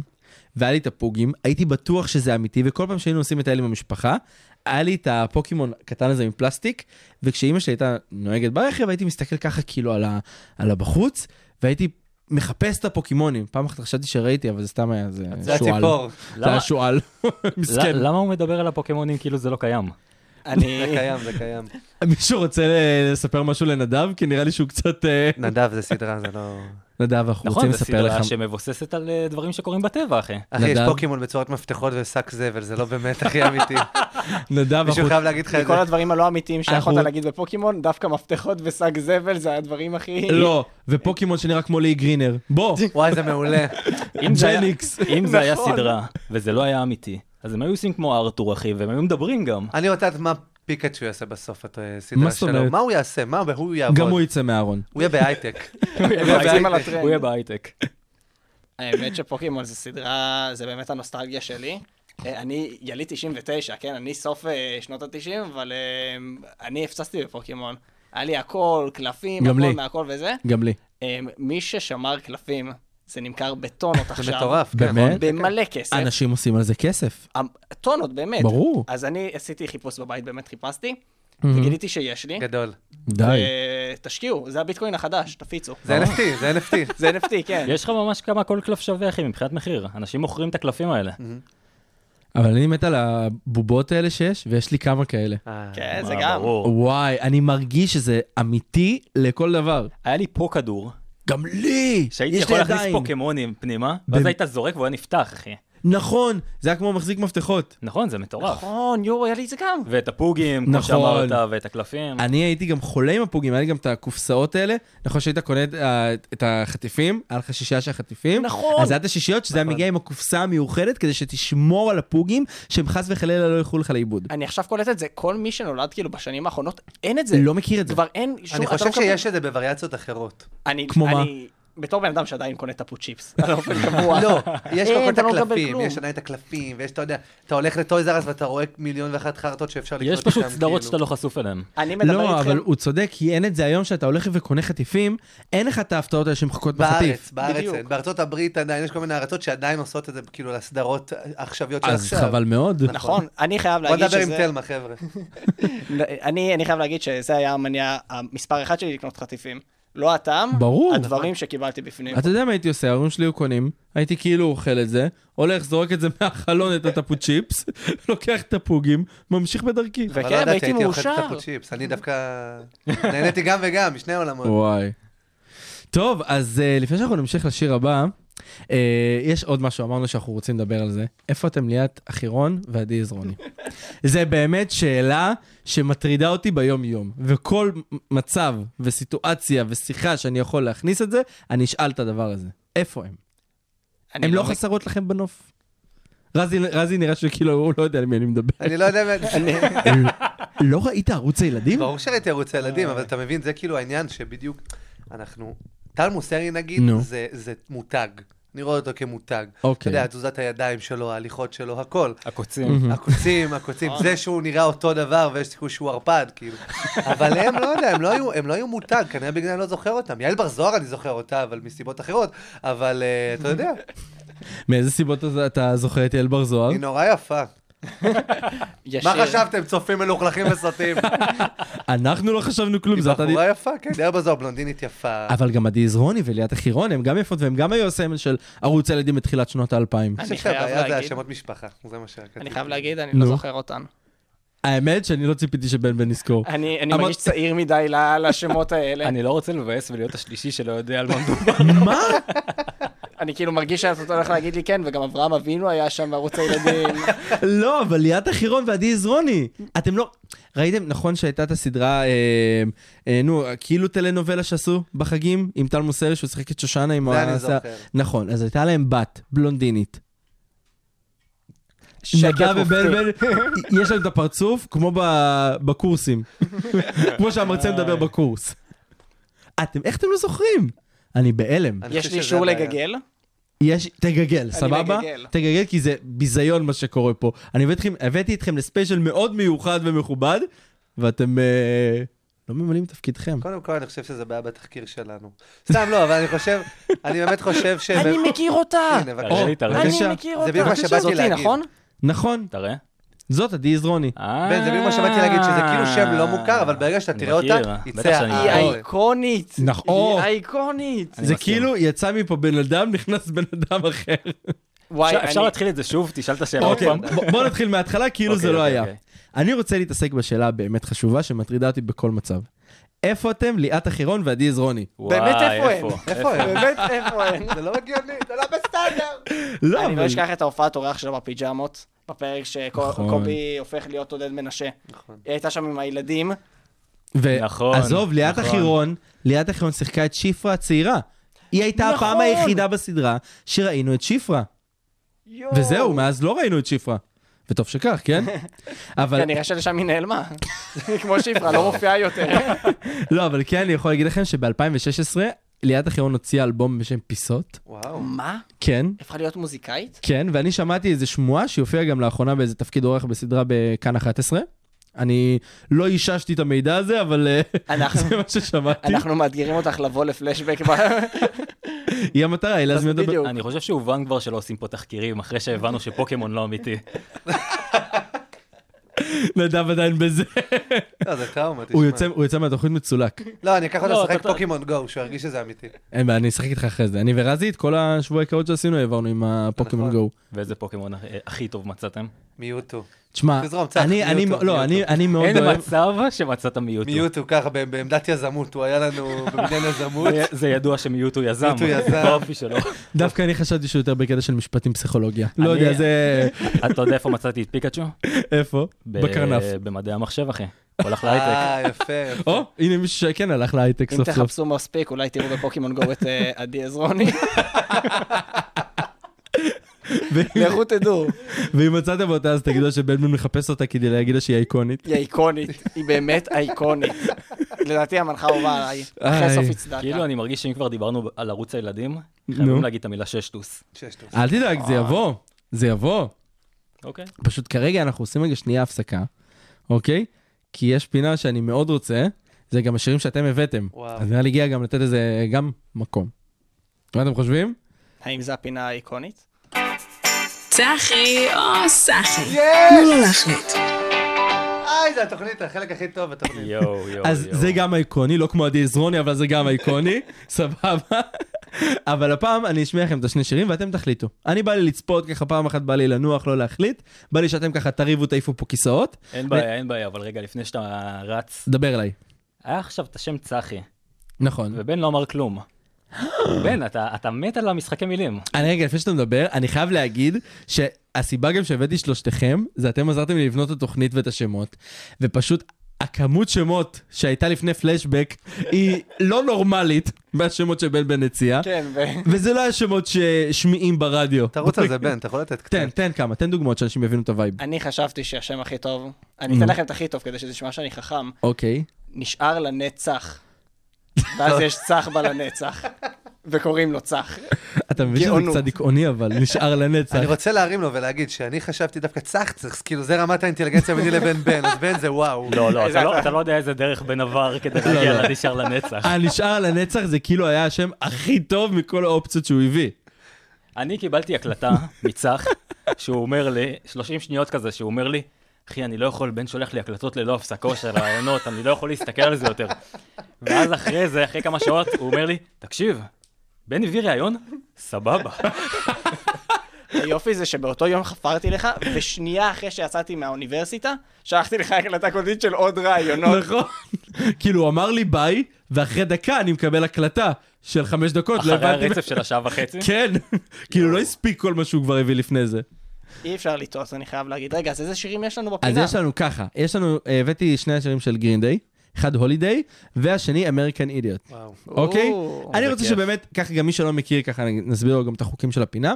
Speaker 4: והיה לי את הפוגים, הייתי בטוח שזה אמיתי, וכל פעם שהיינו עושים מטייל עם המשפחה, היה לי את הפוקימון הקטן הזה מפלסטיק, וכשאימא שלי הייתה נוהגת ברכב, הייתי מסתכל ככה כאילו על, ה, על הבחוץ, והייתי מחפש את הפוקימונים. פעם אחת חשבתי שראיתי, אבל זה סתם היה, זה
Speaker 5: זה
Speaker 4: שועל.
Speaker 5: הציפור,
Speaker 4: זה היה
Speaker 6: למה-
Speaker 4: שועל. מסכן.
Speaker 6: למה הוא מדבר על הפוקימונים כאילו זה לא קיים?
Speaker 5: זה
Speaker 7: אני...
Speaker 5: קיים, זה קיים.
Speaker 4: מישהו רוצה ל- לספר משהו לנדב? כי נראה לי שהוא קצת... אה,
Speaker 5: נדב זה סדרה, זה לא...
Speaker 4: נדב, אנחנו רוצים
Speaker 6: נכון, זו
Speaker 4: לספר
Speaker 6: סדרה
Speaker 4: לך...
Speaker 6: שמבוססת על אה, דברים שקורים בטבע, אחי.
Speaker 5: אחי, יש
Speaker 4: נדב?
Speaker 5: פוקימון בצורת מפתחות ושק זבל, זה לא באמת הכי אמיתי.
Speaker 4: נדב,
Speaker 5: מישהו
Speaker 4: אנחנו-
Speaker 5: חייב להגיד לך את זה.
Speaker 7: כל הדברים הלא אמיתיים שיכולת
Speaker 4: אנחנו-
Speaker 7: להגיד בפוקימון, דווקא מפתחות ושק זבל זה הדברים הכי...
Speaker 4: לא, ופוקימון שנראה כמו ליהי גרינר. בוא,
Speaker 5: וואי, זה מעולה.
Speaker 6: אם זה היה-
Speaker 4: ג'ניקס.
Speaker 6: אם זה היה
Speaker 7: נכון.
Speaker 6: סדרה, וזה לא היה אמיתי, אז הם היו עושים כמו ארתור, אחי, והם היו מדברים גם.
Speaker 5: אני רוצה לדעת מה פיקאצ'ו יעשה בסוף הסדרה
Speaker 4: מה זאת
Speaker 5: שלו.
Speaker 4: אומרת?
Speaker 5: מה הוא יעשה? מה הוא יעבוד?
Speaker 6: נכון.
Speaker 4: גם הוא יצא מהארון.
Speaker 5: הוא יהיה בהייטק.
Speaker 7: הם יוצאים על
Speaker 4: כן.
Speaker 7: הטרנד.
Speaker 6: הוא יהיה בהייטק.
Speaker 7: האמת שפוקימון זה סדרה, זה באמת הנוסטלגיה שלי. אה, אני יליד 99, כן? אני סוף אה, שנות ה-90, אבל אה, אני הפצצתי בפוקימון. היה לי הכל, קלפים,
Speaker 4: גם לי.
Speaker 7: הכל מהכל וזה.
Speaker 4: גם לי.
Speaker 6: כן,
Speaker 7: אה, מי ששמר קלפים, זה נמכר בטונות עכשיו.
Speaker 5: זה מטורף. כן.
Speaker 6: נכון,
Speaker 4: באמת?
Speaker 7: במלא כסף.
Speaker 4: אנשים עושים על זה כסף.
Speaker 7: המ- טונות, באמת.
Speaker 4: ברור.
Speaker 7: אז אני עשיתי חיפוש בבית, באמת חיפשתי, וגיליתי שיש לי.
Speaker 5: כן. גדול.
Speaker 4: די.
Speaker 7: אה, תשקיעו, זה הביטקוין החדש, תפיצו.
Speaker 5: זה NFT, זה NFT.
Speaker 7: זה NFT, כן.
Speaker 6: יש לך ממש כמה כל קלף שווה, אחי, מבחינת מחיר. אנשים מוכרים את הקלפים האלה.
Speaker 4: אבל אני מת על הבובות האלה שיש, ויש לי כמה כאלה.
Speaker 5: אה,
Speaker 7: כן, זה
Speaker 6: אה,
Speaker 7: גם.
Speaker 6: ברור.
Speaker 4: וואי, אני מרגיש שזה אמיתי לכל דבר.
Speaker 6: היה לי פה כדור,
Speaker 4: גם לי!
Speaker 6: שהייתי
Speaker 4: יש לי
Speaker 6: יכול להכניס
Speaker 4: ידיים.
Speaker 6: פוקימונים פנימה, ואז
Speaker 4: ב-
Speaker 6: היית זורק והוא היה נפתח, אחי.
Speaker 4: נכון, זה היה כמו מחזיק מפתחות.
Speaker 6: נכון, זה מטורף.
Speaker 7: נכון, יורו, היה לי את זה גם.
Speaker 6: ואת הפוגים, כמו
Speaker 4: נכון.
Speaker 6: שאמרת, ואת הקלפים.
Speaker 4: אני הייתי גם חולה עם הפוגים, היה לי גם את הקופסאות האלה. נכון שהיית קונה את ה- את החטיפים, היה לך שישייה של החטיפים.
Speaker 7: נכון.
Speaker 4: אז היה את השישיות, שזה היה מגיע עם הקופסה המיוחדת, כדי שתשמור על הפוגים, שהם חס וחלילה לא ילכו לך לאיבוד.
Speaker 7: אני עכשיו קולט את זה, כל מי שנולד כאילו בשנים האחרונות, אין את זה.
Speaker 4: לא מכיר את זה.
Speaker 7: כבר אין שום...
Speaker 5: אני
Speaker 7: אתה לא
Speaker 5: חושב
Speaker 7: מקבל-
Speaker 5: שיש את זה בווריאציות אחרות.
Speaker 7: אני,
Speaker 4: כמו מה?
Speaker 7: אני, בתור בן אדם שעדיין קונה טפו צ'יפס, על אופן קבוע.
Speaker 5: לא, יש לו
Speaker 7: אין,
Speaker 5: כל
Speaker 7: אתה
Speaker 5: את
Speaker 7: לא מקבל
Speaker 5: הקלפים,
Speaker 7: כלום.
Speaker 5: יש עדיין את הקלפים, ויש, אתה יודע, אתה הולך לטויזר אז ואתה רואה מיליון ואחת חרטות שאפשר לקנות
Speaker 6: יש
Speaker 5: איתם,
Speaker 6: פשוט סדרות שאתה
Speaker 5: כאילו.
Speaker 6: לא חשוף אליהן.
Speaker 7: אני מדבר איתכם...
Speaker 4: לא, אבל הוא צודק, כי אין את זה היום שאתה הולך וקונה חטיפים, אין לך את ההפתעות האלה שמחכות בחטיף.
Speaker 5: בארץ, בארץ,
Speaker 7: בדיוק.
Speaker 5: אין. בארצות הברית עדיין, יש כל מיני ארצות שעדיין עושות את זה, כאילו, לסדרות העכשוויות של
Speaker 4: אז
Speaker 5: עכשיו.
Speaker 4: חבל מאוד.
Speaker 7: נכון, אני חייב
Speaker 5: בוא
Speaker 7: להגיד
Speaker 5: נדבר
Speaker 7: שזה...
Speaker 5: עם תלמה, חבר'ה.
Speaker 7: אני, אני חייב להגיד שזה היה המניע המספר אחד שלי לקנות חטיפים. לא הטעם,
Speaker 4: ברור.
Speaker 7: הדברים שקיבלתי בפנים.
Speaker 4: אתה יודע מה הייתי עושה? ההורים שלי היו קונים, הייתי כאילו אוכל את זה, הולך, זורק את זה מהחלון, את הטפו צ'יפס, לוקח את הפוגים, ממשיך בדרכי.
Speaker 5: אבל לא
Speaker 7: וכן,
Speaker 5: ידעתי,
Speaker 7: והייתי
Speaker 5: הייתי אוכל
Speaker 7: מאושר.
Speaker 5: את הפו צ'יפס. אני דווקא נהניתי גם וגם, משני העולמות.
Speaker 4: וואי. טוב, אז אה, לפני שאנחנו נמשיך לשיר הבא, אה, יש עוד משהו, אמרנו שאנחנו רוצים לדבר על זה. איפה אתם ליאת החירון ועדי עזרוני? זה באמת שאלה שמטרידה אותי ביום-יום, וכל מצב וסיטואציה ושיחה שאני יכול להכניס את זה, אני אשאל את הדבר הזה. איפה הם?
Speaker 7: אני
Speaker 4: הם לא
Speaker 7: מק-
Speaker 4: חסרות לכם בנוף? רזי, רזי נראה שכאילו הוא לא יודע על מי אני מדבר.
Speaker 5: אני לא יודע, אני-
Speaker 4: לא ראית ערוץ הילדים?
Speaker 5: ברור שראיתי ערוץ הילדים, אבל אתה מבין, זה כאילו העניין שבדיוק אנחנו... טל מוסרי נגיד,
Speaker 4: נו.
Speaker 5: זה- זה מותג. אני רואה אותו כמותג. אתה
Speaker 4: אוקיי.
Speaker 5: יודע, תזוזת הידיים שלו, ההליכות שלו, הכל.
Speaker 6: הקוצים.
Speaker 5: הקוצים, הקוצים, זה שהוא נראה אותו דבר ויש סיכוי שהוא ערפד, כאילו. אבל הם, לא יודע, הם לא היו, הם לא היו מותג, כנראה בגלל אני לא זוכר אותם. יעל בר זוהר אני זוכר אותה, אבל מסיבות אחרות, אבל אה, אתה יודע,
Speaker 4: מאיזה סיבות אתה- אתה זוכר את יעל בר זוהר?
Speaker 5: היא נורא יפה.
Speaker 7: יש
Speaker 5: מה
Speaker 7: שיר-
Speaker 5: חשבתם, צופים מלוכלכים וסוטים?
Speaker 4: אנחנו לא חשבנו כלום,
Speaker 5: היא
Speaker 4: זה אתה...
Speaker 5: בחורה יפה, כן, יעל בר זוהר בלונדינית יפה.
Speaker 4: אבל גם עדי עזרוני וליאת החירון הם גם יפות והם גם היו הסמל של ערוץ הילדים בתחילת שנות האלפיים.
Speaker 5: אני חושב
Speaker 7: אני חייב
Speaker 5: שהבעיה זה
Speaker 7: להגיד-
Speaker 5: השמות משפחה, זה מה שרציתי.
Speaker 7: אני חייב להגיד, אני
Speaker 4: נו.
Speaker 7: לא זוכר אותן.
Speaker 4: האמת שאני לא ציפיתי שבן בן יזכור.
Speaker 7: אני אני
Speaker 4: אמר-
Speaker 7: מרגיש צעיר מדי ל- לשמות האלה.
Speaker 6: אני לא רוצה לבאס ולהיות השלישי שלא יודע על מה מדובר.
Speaker 7: אני כאילו מרגיש שאתה הולך להגיד לי כן, וגם אברהם אבינו היה שם בערוץ הילדים.
Speaker 4: לא, אבל ליאת החירון ועדי עזרוני. אתם לא... ראיתם, נכון שהייתה את הסדרה, אה, אה, נו, כאילו טלנובלה שעשו בחגים עם טל מוסרי, שהוא שיחק את שושנה עם
Speaker 5: זה אני
Speaker 4: השיער?
Speaker 5: זוכר.
Speaker 4: נכון, אז הייתה להם בת, בלונדינית. נדב ובן בן, יש להם את הפרצוף כמו ב- בקורסים. כמו שהמרצה מדבר בקורס. אתם, איך אתם לא זוכרים? אני בהלם.
Speaker 5: אני
Speaker 7: יש
Speaker 5: חושב
Speaker 7: לי
Speaker 5: שזה
Speaker 7: אישור
Speaker 5: הבעיה.
Speaker 7: לגגל.
Speaker 4: יש, תגגל, סבבה?
Speaker 7: מגגל.
Speaker 4: תגגל כי זה ביזיון מה שקורה פה. אני הבאתי אתכם- הבאתי אתכם לספיישל מאוד מיוחד ומכובד, ואתם אה, לא ממלאים את תפקידכם.
Speaker 5: קודם כל, אני חושב שזה בעיה בתחקיר שלנו. סתם לא, אבל אני חושב, אני באמת חושב ש...
Speaker 7: אני מכיר אותה!
Speaker 5: הנה, בבקשה.
Speaker 6: תראה לי, תראה לי.
Speaker 4: בבקשה.
Speaker 7: אוקיי, אני מכיר נכון? אותה.
Speaker 5: זה לא בדיוק מה שבאתי
Speaker 7: זאתי,
Speaker 5: להגיד.
Speaker 7: נכון?
Speaker 4: נכון,
Speaker 6: תראה.
Speaker 4: זאת עדי עזרוני.
Speaker 6: אה.
Speaker 5: בן, זה בדיוק מה שבאתי להגיד, שזה כאילו שם לא מוכר, אבל ברגע שאתה
Speaker 6: אני
Speaker 5: תראה אותה,
Speaker 6: מכיר,
Speaker 5: יצא
Speaker 6: בטח שאני
Speaker 7: היא
Speaker 6: אה,
Speaker 5: האור.
Speaker 7: אייקונית.
Speaker 4: נכון.
Speaker 7: היא אייקונית.
Speaker 6: אני
Speaker 4: זה
Speaker 6: מסכים.
Speaker 4: כאילו יצא מפה בן אדם, נכנס בן אדם אחר.
Speaker 7: וואי,
Speaker 5: אה,
Speaker 6: אפשר- אפשר
Speaker 7: אני-
Speaker 6: להתחיל את זה שוב? תשאל את השאלה עוד
Speaker 4: אוקיי,
Speaker 6: פעם.
Speaker 4: בוא- בוא נתחיל מההתחלה, כאילו
Speaker 6: אוקיי,
Speaker 4: זה לא
Speaker 6: אוקיי,
Speaker 4: היה.
Speaker 6: אוקיי.
Speaker 4: אני רוצה להתעסק בשאלה הבאמת חשובה שמטרידה אותי בכל מצב. איפה אתם, ליאת החירון ועדי עזרוני?
Speaker 7: באמת
Speaker 6: וואי,
Speaker 7: איפה הן?
Speaker 5: איפה הם?
Speaker 7: באמת, איפה הן?
Speaker 5: זה לא הגיוני, זה לא
Speaker 7: בסטנדר.
Speaker 4: לא,
Speaker 7: אני
Speaker 4: אבל...
Speaker 7: לא אשכח את ההופעת אורח שלו בפיג'מות, בפרק
Speaker 4: נכון.
Speaker 7: שקובי הופך להיות עודד מנשה. היא הייתה שם עם הילדים.
Speaker 4: ו-
Speaker 6: נכון,
Speaker 4: עזוב, ליאת
Speaker 6: נכון.
Speaker 4: החירון, ליאת החירון שיחקה את שפרה הצעירה. היא הייתה
Speaker 7: נכון.
Speaker 4: הפעם היחידה בסדרה שראינו את שפרה.
Speaker 7: יואו.
Speaker 4: וזהו, מאז לא ראינו את שפרה. וטוב שכך, כן? אבל
Speaker 7: כנראה שלשם היא נעלמה. כמו שפרה, לא מופיעה יותר.
Speaker 4: לא, אבל כן, אני יכול להגיד לכם שב-2016, ליאת החירון הוציאה אלבום בשם פיסות.
Speaker 5: וואו.
Speaker 7: מה?
Speaker 4: כן,
Speaker 7: הפכה להיות מוזיקאית?
Speaker 4: כן, ואני שמעתי איזה שמועה שהופיעה גם לאחרונה באיזה תפקיד אורח בסדרה בכאן 11. אני לא איששתי את המידע הזה, אבל אה,
Speaker 7: אנחנו-
Speaker 4: זה מה ששמעתי.
Speaker 7: אנחנו מאתגרים אותך לבוא לפלשבק.
Speaker 4: היא המטרה, היא להזמין אותה. ב-
Speaker 7: בדיוק.
Speaker 6: אני חושב שהובן כבר שלא עושים פה תחקירים, אחרי שהבנו שפוקימון לא אמיתי.
Speaker 4: נדב עדיין בזה.
Speaker 5: לא, זה טראומה, תשמע.
Speaker 4: הוא יוצא- הוא יוצא מהתוכנית מצולק.
Speaker 5: לא, אני אקח אותו
Speaker 6: לא,
Speaker 5: לשחק
Speaker 6: אתה-
Speaker 5: פוקימון גו, שהוא ירגיש שזה אמיתי.
Speaker 4: אין בעיה, אני אשחק איתך אחרי זה. אני ורזי, את כל השבוע היקרות שעשינו העברנו עם הפוקימון
Speaker 5: נכון.
Speaker 4: גו.
Speaker 6: ואיזה פוקימון הכ- אה, הכי טוב מצאתם?
Speaker 5: מיוטו.
Speaker 4: תשמע,
Speaker 5: תזרום, צח,
Speaker 4: אני,
Speaker 5: מיוטו,
Speaker 4: אני, לא,
Speaker 5: מיוטו.
Speaker 4: אני, אני מאוד
Speaker 6: אין
Speaker 4: אוהב...
Speaker 6: מצב שמצאת מיוטו.
Speaker 5: מיוטו ככה ב- בעמדת יזמות, הוא היה לנו בבניין יזמות.
Speaker 6: זה- זה ידוע שמיוטו יזם.
Speaker 5: מיוטו יזם.
Speaker 6: באופי שלו.
Speaker 4: דווקא אני חשבתי שהוא יותר בקטע של משפטים פסיכולוגיה. לא
Speaker 6: אני-
Speaker 4: יודע, זה...
Speaker 6: אתה יודע איפה מצאתי את פיקאצ'ו?
Speaker 4: איפה?
Speaker 6: ב-
Speaker 4: בקרנף.
Speaker 6: במדעי המחשב, אחי. הוא הלך להייטק.
Speaker 5: אה, יפה, יפה.
Speaker 4: או, הנה מישהו שכן הלך להייטק
Speaker 7: אם
Speaker 4: סוף סוף.
Speaker 7: תחפשו מספיק, אולי תראו בפוקימון גו את אה, עדי עזרוני.
Speaker 4: ואם-
Speaker 7: לכו תדעו,
Speaker 4: ואם מצאתם אותה, אז תגידו שבן בן מחפש אותה כדי להגיד לה שהיא אייקונית.
Speaker 7: היא אייקונית, היא באמת אייקונית. לדעתי המנחה אהובה עליי,
Speaker 4: איי.
Speaker 7: אחרי סוף הצדקה.
Speaker 6: כאילו, אני מרגיש שאם כבר דיברנו על ערוץ הילדים,
Speaker 4: נו.
Speaker 6: חייבים להגיד את המילה ששטוס.
Speaker 5: שש טוב.
Speaker 4: אל תדאג, זה יבוא. זה יבוא.
Speaker 6: אוקיי.
Speaker 4: פשוט כרגע אנחנו עושים רגע שנייה הפסקה, אוקיי? כי יש פינה שאני מאוד רוצה, זה גם השירים שאתם הבאתם.
Speaker 5: וואו.
Speaker 4: אז נראה לי הגיע גם לתת איזה גם מקום. מה אתם חושבים?
Speaker 7: האם זו הפינה האיקונית?
Speaker 3: צחי או סחי.
Speaker 5: יש!
Speaker 3: תנו לו להחליט.
Speaker 5: איי, זה התוכנית, החלק הכי טוב בתוכנית.
Speaker 6: יואו, יואו, יואו.
Speaker 4: אז זה גם איקוני, לא כמו עדי עזרוני, אבל זה גם איקוני, סבבה. אבל הפעם אני אשמיע לכם את השני שירים ואתם תחליטו. אני בא לי לצפות ככה פעם אחת, בא לי לנוח, לא להחליט. בא לי שאתם ככה תריבו, תעיפו פה כיסאות.
Speaker 6: אין בעיה, אין בעיה, אבל רגע, לפני שאתה רץ,
Speaker 4: דבר אליי.
Speaker 6: היה עכשיו את השם צחי,
Speaker 4: נכון.
Speaker 6: ובן לא אמר כלום. בן, אתה אתה מת על המשחקי מילים.
Speaker 4: אני רגע, לפני שאתה מדבר, אני חייב להגיד שהסיבה גם שהבאתי שלושתכם, זה אתם עזרתם לי לבנות את התוכנית ואת השמות, ופשוט הכמות שמות שהייתה לפני פלשבק היא לא נורמלית מהשמות שבן בן הציע,
Speaker 7: כן, ו-
Speaker 4: וזה לא השמות ששמיעים ברדיו.
Speaker 5: תרוץ על זה, בן, אתה יכול לתת קצת.
Speaker 4: תן, תן כמה, תן דוגמאות שאנשים יבינו את הווייב.
Speaker 7: אני חשבתי שהשם הכי טוב,
Speaker 4: Mm.
Speaker 7: אני אתן לכם את הכי טוב כדי שזה ישמע שאני חכם,
Speaker 4: אוקיי.
Speaker 7: נשאר לנצח. ואז יש צח בלנצח, וקוראים לו צח.
Speaker 4: אתה מבין שזה
Speaker 7: גאונות.
Speaker 4: קצת דיכאוני, אבל נשאר לנצח.
Speaker 5: אני רוצה להרים לו ולהגיד שאני חשבתי דווקא צחצח, כאילו זה רמת האינטליגנציה ביני לבין בן, אז בן זה וואו.
Speaker 6: לא, לא, אתה לא- אתה לא יודע איזה דרך בן עבר כדי להגיע
Speaker 4: לא.
Speaker 6: לנשאר לנצח.
Speaker 4: הנשאר לנצח זה כאילו היה השם הכי טוב מכל האופציות שהוא הביא.
Speaker 6: אני קיבלתי הקלטה מצח, שהוא אומר לי, 30 שניות כזה, שהוא אומר לי, אחי, אני לא יכול, בן שולח לי הקלטות ללא הפסקו של רעיונות, אני לא יכול להסתכל על זה יותר. ואז אחרי זה, אחרי כמה שעות, הוא אומר לי, תקשיב, בן הביא רעיון? סבבה.
Speaker 7: היופי זה שבאותו יום חפרתי לך, ושנייה אחרי שיצאתי מהאוניברסיטה, שלחתי לך הקלטה קודית של עוד רעיונות.
Speaker 4: נכון. כאילו, הוא אמר לי ביי, ואחרי דקה אני מקבל הקלטה של חמש דקות. לא
Speaker 6: אחרי
Speaker 4: הבנתי-
Speaker 6: הרצף של השעה וחצי.
Speaker 4: כן. כאילו, לא הספיק כל מה שהוא כבר הביא לפני זה.
Speaker 7: אי אפשר לטעות, אני חייב להגיד. רגע, אז איזה שירים יש לנו
Speaker 4: אז
Speaker 7: בפינה?
Speaker 4: יש לנו ככה, יש לנו, אה, הבאתי שני השירים של גרין דיי, אחד הולידיי, והשני אמריקן אידיוט.
Speaker 5: וואו.
Speaker 4: אוקיי?
Speaker 7: או,
Speaker 4: אני
Speaker 6: זה
Speaker 4: רוצה
Speaker 6: כיף.
Speaker 4: שבאמת, ככה גם מי שלא מכיר, ככה נסביר לו גם את החוקים של הפינה.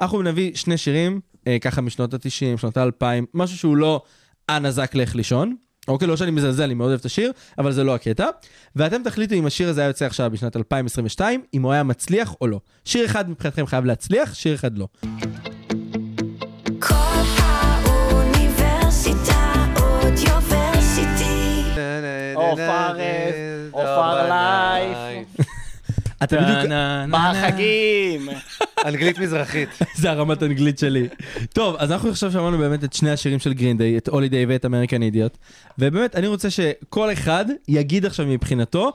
Speaker 4: אנחנו נביא שני שירים, אה, ככה משנות ה-90, שנות ה-2000, משהו שהוא לא אנה זק לך לישון. אוקיי, לא שאני מזלזל, אני מאוד אוהב את השיר, אבל זה לא הקטע. ואתם תחליטו אם השיר הזה היה יוצא עכשיו בשנת 2022, אם הוא היה מצליח או לא. שיר אחד מבחינתכם חייב להצליח, שיר אחד לא.
Speaker 2: כל האוניברסיטה אודיוורסיטי
Speaker 7: עופר עז, עופר לייף.
Speaker 4: אתה בדיוק...
Speaker 6: טה-נה-נה-נה.
Speaker 7: בחגים!
Speaker 5: אנגלית מזרחית.
Speaker 4: זה הרמת אנגלית שלי. טוב, אז אנחנו עכשיו שמענו באמת את שני השירים של גרינדיי, את הולידיי ואת אמריקן אידיוט. ובאמת, אני רוצה שכל אחד יגיד עכשיו מבחינתו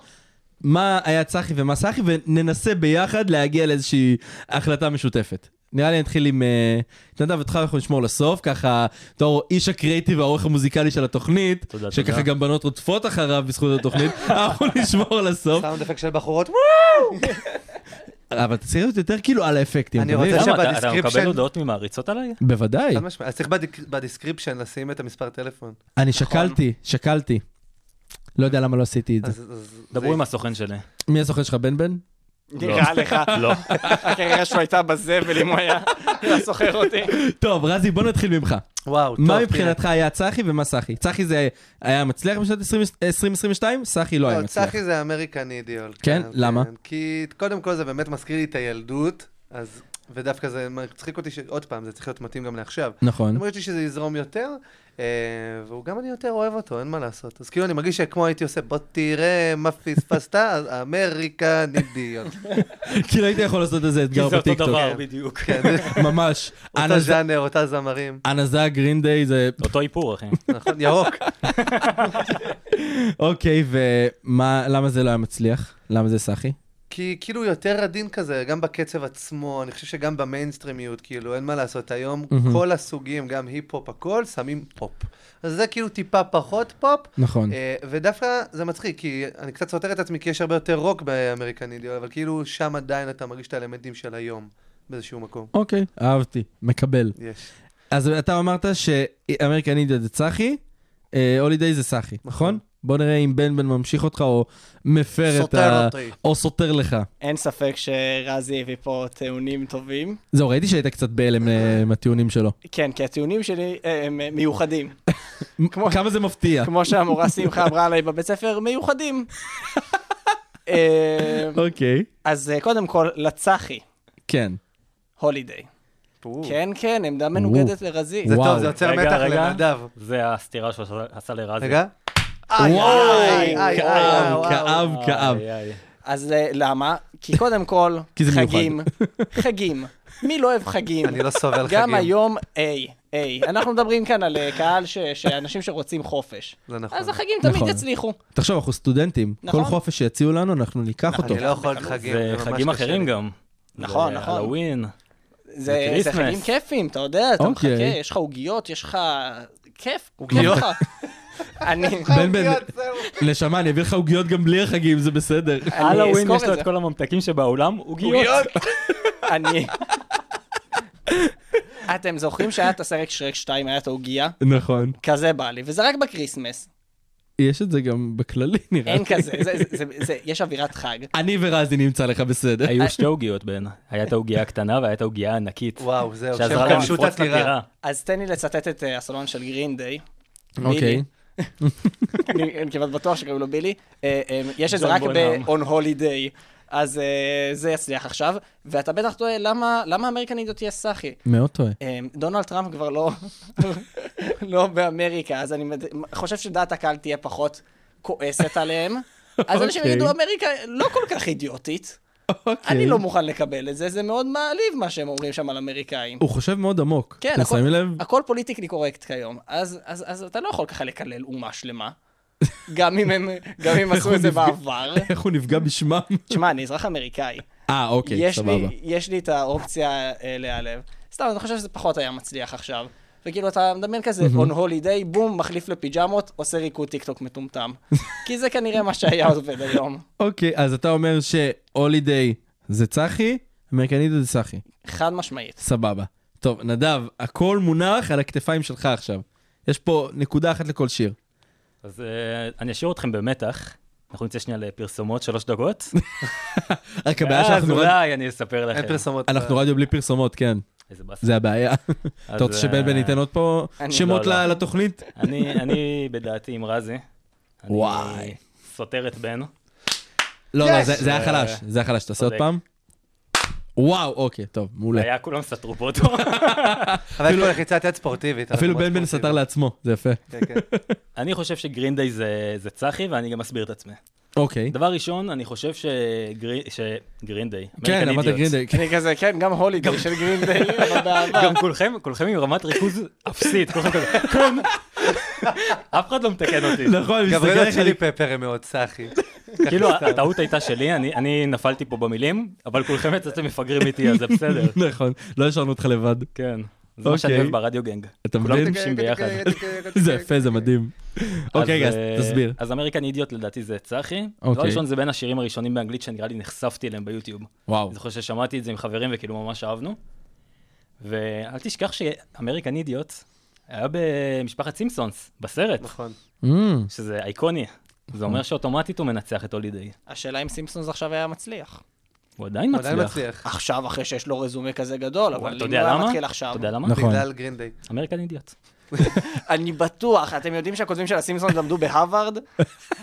Speaker 4: מה היה צחי ומה סחי, וננסה ביחד להגיע לאיזושהי החלטה משותפת. נראה לי נתחיל עם... אה, נדב, אותך אנחנו נשמור לסוף, ככה, בתור איש הקריאיטיב והעורך המוזיקלי של התוכנית,
Speaker 6: תודה,
Speaker 4: שככה
Speaker 6: תודה.
Speaker 4: גם בנות רודפות אחריו בזכות התוכנית, אנחנו נשמור לסוף.
Speaker 5: סאונד אפקט של בחורות.
Speaker 4: אבל צריך להיות יותר כאילו על האפקטים.
Speaker 5: אני
Speaker 4: אתה מבין?
Speaker 5: רוצה
Speaker 6: למה, אתה- אתה
Speaker 5: שבדיסקריפשן-
Speaker 6: מקבל הודעות ממעריצות עליי?
Speaker 4: בוודאי.
Speaker 5: חד משמעית. אז צריך בדיק- בדיסקריפשן לשים את המספר טלפון.
Speaker 4: אני שקלתי, שקלתי. לא יודע למה לא עשיתי את זה.
Speaker 5: אז- אז-
Speaker 6: דברו
Speaker 5: זה-
Speaker 6: עם הסוכן שלי.
Speaker 4: מי הסוכן שלך, בן בן?
Speaker 7: נראה לך.
Speaker 6: לא.
Speaker 7: הקריירה שלו הייתה בזבל אם הוא היה היה סוחר אותי.
Speaker 4: טוב, רזי, בוא נתחיל ממך.
Speaker 5: וואו, טוב.
Speaker 4: מה
Speaker 5: כן.
Speaker 4: מבחינתך היה צחי ומה סחי? צחי זה היה מצליח בשנת 20- 2022? סחי לא היה
Speaker 5: לא,
Speaker 4: מצליח.
Speaker 5: צחי זה אמריקן אידיול.
Speaker 4: כן? למה?
Speaker 5: כי קודם כל זה באמת מזכיר לי את הילדות, אז... ודווקא זה מצחיק אותי שעוד פעם, זה צריך להיות מתאים גם לעכשיו.
Speaker 4: נכון.
Speaker 5: אני מרגיש לי שזה יזרום יותר, אה, והוא גם אני יותר אוהב אותו, אין מה לעשות. אז כאילו אני מרגיש שכמו הייתי עושה, בוא תראה מה פספסת, אז אמריקן אידיול.
Speaker 4: כאילו היית יכול לעשות איזה
Speaker 6: כי
Speaker 4: אתגר
Speaker 6: זה אותו
Speaker 4: בטיקטוק.
Speaker 6: דבר, בדיוק.
Speaker 5: כן,
Speaker 4: ממש.
Speaker 5: אותו ז'אנר, אותה זמרים.
Speaker 4: אנזה גרינדיי זה...
Speaker 6: אותו איפור, אחי.
Speaker 5: נכון, ירוק.
Speaker 4: אוקיי, ומה, למה זה לא היה מצליח? למה זה סחי?
Speaker 5: כי כאילו יותר עדין כזה, גם בקצב עצמו, אני חושב שגם במיינסטרימיות, כאילו, אין מה לעשות, היום
Speaker 4: מהמם.
Speaker 5: כל הסוגים, גם היפ-הופ, הכל, שמים פופ. אז זה כאילו טיפה פחות פופ,
Speaker 4: נכון.
Speaker 5: אה, ודווקא זה מצחיק, כי אני קצת סותר את עצמי, כי יש הרבה יותר רוק באמריקן אידיול, אבל כאילו שם עדיין אתה מרגיש את האלמנטים של היום, באיזשהו מקום.
Speaker 4: אוקיי, אהבתי, מקבל.
Speaker 5: יש.
Speaker 4: אז אתה אמרת שאמריקן אידיוט זה צחי, אה, הולידיי זה סחי, נכון? בוא נראה אם בן בן ממשיך אותך או מפר את
Speaker 5: סותר
Speaker 4: ה...
Speaker 5: אותי.
Speaker 4: או סותר לך.
Speaker 7: אין ספק שרזי הביא פה טיעונים טובים.
Speaker 4: זהו, ראיתי שהיית קצת בהלם אה, מהטיעונים שלו.
Speaker 7: כן, כי הטיעונים שלי אה, הם אה, מיוחדים.
Speaker 4: כמה זה מפתיע.
Speaker 7: כמו שהמורה שמחה אמרה עליי בבית ספר, מיוחדים. אה,
Speaker 4: אוקיי.
Speaker 7: אז אה, קודם כל, לצחי,
Speaker 4: כן.
Speaker 7: הולידיי.
Speaker 5: כן.
Speaker 7: כן, כן, עמדה מנוגדת לרזי.
Speaker 5: זה
Speaker 4: וואו.
Speaker 5: טוב, זה יוצר
Speaker 6: רגע,
Speaker 5: מתח
Speaker 6: רגע.
Speaker 5: לנדב.
Speaker 6: זה הסתירה שהוא עשה- עשה לרזי.
Speaker 5: רגע. איי, איי, איי, איי,
Speaker 4: כאב,
Speaker 5: וואו.
Speaker 4: כאב,
Speaker 6: איי,
Speaker 4: כאב.
Speaker 6: איי.
Speaker 7: אז אה, למה? כי קודם כל,
Speaker 4: כי זה מיוחד.
Speaker 7: חגים, חגים. מי לא אוהב חגים?
Speaker 5: אני לא סובל חגים.
Speaker 7: גם היום, איי, איי. אנחנו מדברים כאן על אה, קהל, ש- שאנשים שרוצים חופש.
Speaker 5: זה נכון.
Speaker 7: אז החגים
Speaker 4: נכון.
Speaker 7: תמיד יצליחו.
Speaker 4: תחשוב, אנחנו סטודנטים. כל
Speaker 7: נכון.
Speaker 4: חופש שיציעו לנו, אנחנו ניקח אותו.
Speaker 5: אני לא יכול את חגים,
Speaker 6: זה
Speaker 5: ממש
Speaker 6: חגים
Speaker 5: קשה לי.
Speaker 6: אחרים גם.
Speaker 7: נכון,
Speaker 6: זה
Speaker 7: נכון.
Speaker 6: הלווין.
Speaker 7: זה זה
Speaker 6: כריסמס.
Speaker 7: חגים כיפים, אתה יודע, אתה מחכה,
Speaker 4: אוקיי.
Speaker 7: יש לך עוגיות, יש לך... כיף.
Speaker 5: עוגיות.
Speaker 7: טוב לך. אני...
Speaker 4: בן בן, נשמה, אני אביא לך עוגיות גם בלי החגים, זה בסדר.
Speaker 6: הלווין
Speaker 7: אזכור
Speaker 6: יש לו
Speaker 7: את
Speaker 6: את
Speaker 7: זה.
Speaker 6: כל הממתקים שבעולם, עוגיות.
Speaker 7: אני... אתם זוכרים שהיה את הסרט שרק 2, היה את העוגייה?
Speaker 4: נכון.
Speaker 7: כזה בא לי, וזה רק בקריסמס.
Speaker 4: יש את זה גם בכללי, נראה לי.
Speaker 7: אין כזה, זה, זה, זה, זה, יש אווירת חג.
Speaker 4: אני ורזי נמצא לך בסדר.
Speaker 6: היו שתי עוגיות בין. היה את העוגייה הקטנה והייתה העוגייה הענקית.
Speaker 5: וואו, זהו,
Speaker 6: שעזרה להם
Speaker 5: כבשו את
Speaker 6: לפרוץ
Speaker 5: הטירה.
Speaker 6: לטירה.
Speaker 7: אז תן לי לצטט את אה, הסולן של גרין דיי.
Speaker 4: אוקיי.
Speaker 7: אני אני כמעט בטוח שקראו לו בילי. אה, אה, יש את זה
Speaker 6: ג'ון
Speaker 7: רק
Speaker 6: בונהאם.
Speaker 7: ב-on holiday, אז אה, זה יצליח עכשיו. ואתה בטח טועה, למה למה אמריקן אידיוט תהיה סאחי?
Speaker 4: מאוד טועה.
Speaker 7: אה, דונלד טראמפ כבר לא לא באמריקה, אז אני מד- חושב שדעת הקהל תהיה פחות כועסת עליהם. אז אנשים
Speaker 4: אוקיי.
Speaker 7: יגידו, אמריקה לא כל כך אידיוטית.
Speaker 4: אוקיי.
Speaker 7: אני לא מוכן לקבל את זה, זה מאוד מעליב מה שהם אומרים שם על אמריקאים.
Speaker 4: הוא חושב מאוד עמוק.
Speaker 7: כן,
Speaker 4: אתם
Speaker 7: הכל-
Speaker 4: שמים לב?
Speaker 7: הכל פוליטיקלי קורקט כיום, אז, אז, אז אתה לא יכול ככה לקלל אומה שלמה, גם אם הם גם אם
Speaker 4: איך הוא
Speaker 7: עשו את זה
Speaker 4: נפגע-
Speaker 7: בעבר.
Speaker 4: איך הוא נפגע בשמם?
Speaker 7: תשמע, אני אזרח אמריקאי.
Speaker 4: אה, אוקיי,
Speaker 7: יש
Speaker 4: סבבה.
Speaker 7: לי, יש לי את האופציה אה, להיעלב. סתם, אני חושב שזה פחות היה מצליח עכשיו. וכאילו, אתה מדמיין כזה, on holiday, בום, מחליף לפיג'מות, עושה ריקוד טיקטוק מטומטם. כי זה כנראה מה שהיה עובד היום.
Speaker 4: אוקיי, אז אתה אומר שהולידיי זה צחי, אמריקנית זה צחי.
Speaker 7: חד משמעית.
Speaker 4: סבבה. טוב, נדב, הכל מונח על הכתפיים שלך עכשיו. יש פה נקודה אחת לכל שיר.
Speaker 6: אז אה, אני אשאיר אתכם במתח. אנחנו נצא שנייה לפרסומות, שלוש דקות.
Speaker 4: רק
Speaker 7: אה,
Speaker 4: הבעיה
Speaker 6: אז
Speaker 4: שאנחנו רדיו...
Speaker 6: אה, אולי אני אספר
Speaker 5: אין
Speaker 6: לכם.
Speaker 5: פרסומות.
Speaker 4: אנחנו רדיו בלי פרסומות, כן.
Speaker 6: איזה באסה.
Speaker 4: זה הבעיה.
Speaker 6: אז,
Speaker 4: אתה רוצה שבן בן
Speaker 6: אה,
Speaker 4: ייתן עוד פה
Speaker 7: אני-
Speaker 4: שמות
Speaker 6: לא,
Speaker 4: ל-
Speaker 6: לא.
Speaker 4: לתוכנית?
Speaker 6: אני, אני בדעתי עם רזי. אני
Speaker 4: וואי.
Speaker 6: סותר את בן.
Speaker 4: לא, לא, זה- זה היה
Speaker 6: אה,
Speaker 4: חלש. זה היה חלש, תעשה עוד
Speaker 6: צודק.
Speaker 4: פעם. וואו, אוקיי, טוב, מעולה.
Speaker 6: היה כולם סתרו פה אותו.
Speaker 5: אבל יש
Speaker 4: אפילו-
Speaker 5: פה לחיצת יד ספורטיבית.
Speaker 4: אפילו
Speaker 5: אנחנו
Speaker 4: בן בן
Speaker 5: מאוד
Speaker 4: סתר
Speaker 5: ספורטיביים.
Speaker 4: לעצמו, זה יפה.
Speaker 5: כן, כן.
Speaker 6: אני חושב שגרינדיי זה, זה צחי, ואני גם אסביר את עצמי.
Speaker 4: אוקיי.
Speaker 6: דבר ראשון, אני חושב שגרי- שגרינדיי.
Speaker 4: כן,
Speaker 6: American
Speaker 4: אמרת
Speaker 6: Idiots.
Speaker 4: גרינדיי. כן.
Speaker 7: אני כזה, כן, גם הולידי של גרינדיי, אבל בעבר.
Speaker 6: גם כולכם, כולכם עם רמת ריכוז אפסית, כולכם כזה, כן. אף אחד לא מתקן אותי.
Speaker 4: נכון, אני מסתכל
Speaker 5: גבריאל
Speaker 4: עליך,
Speaker 5: צ'ילי פפר הם מאוד סאחי.
Speaker 4: כן,
Speaker 6: כאילו, הטעות הייתה שלי, אני- אני נפלתי פה במילים, אבל כולכם יצאתם מפגרים איתי, אז זה בסדר.
Speaker 4: נכון, לא השארנו אותך לבד.
Speaker 6: כן. זה מה שאני
Speaker 4: אוקיי.
Speaker 6: אוהב ברדיו גנג.
Speaker 4: אתה
Speaker 6: כולם
Speaker 4: מבין?
Speaker 6: טיפשים ביחד.
Speaker 4: זה יפה, זה מדהים. אוקיי, אז
Speaker 6: אה,
Speaker 4: תסביר.
Speaker 6: אז אמריקן אידיוט לדעתי זה צחי. דבר
Speaker 4: אוקיי.
Speaker 6: ראשון, זה בין השירים הראשונים באנגלית שנראה לי נחשפתי אליהם ביוטיוב.
Speaker 4: וואו.
Speaker 6: אני זוכר ששמעתי את זה עם חברים וכאילו ממש אהבנו. ואל תשכח שאמריקן אידיוט היה במשפחת סימפסונס, בסרט,
Speaker 5: נכון.
Speaker 4: אמ,
Speaker 6: שזה אייקוני. זה אומר שאוטומטית הוא מנצח את הולידיי.
Speaker 7: השאלה אם סימפסונס עכשיו היה מצליח.
Speaker 6: הוא עדיין
Speaker 5: הוא עדיין
Speaker 6: מצליח.
Speaker 5: מצליח.
Speaker 7: עכשיו, אחרי שיש לו רזומה כזה גדול, אבל אם
Speaker 6: אתה
Speaker 7: הוא
Speaker 6: יודע
Speaker 7: היה
Speaker 6: למה?
Speaker 7: מתחיל
Speaker 6: אתה
Speaker 7: עכשיו...
Speaker 6: יודע למה?
Speaker 4: נכון.
Speaker 5: בגלל גרינדיי.
Speaker 6: אמריקן אידיוט.
Speaker 7: אני בטוח, אתם יודעים שהכותבים של הסימפסונס למדו בהרווארד?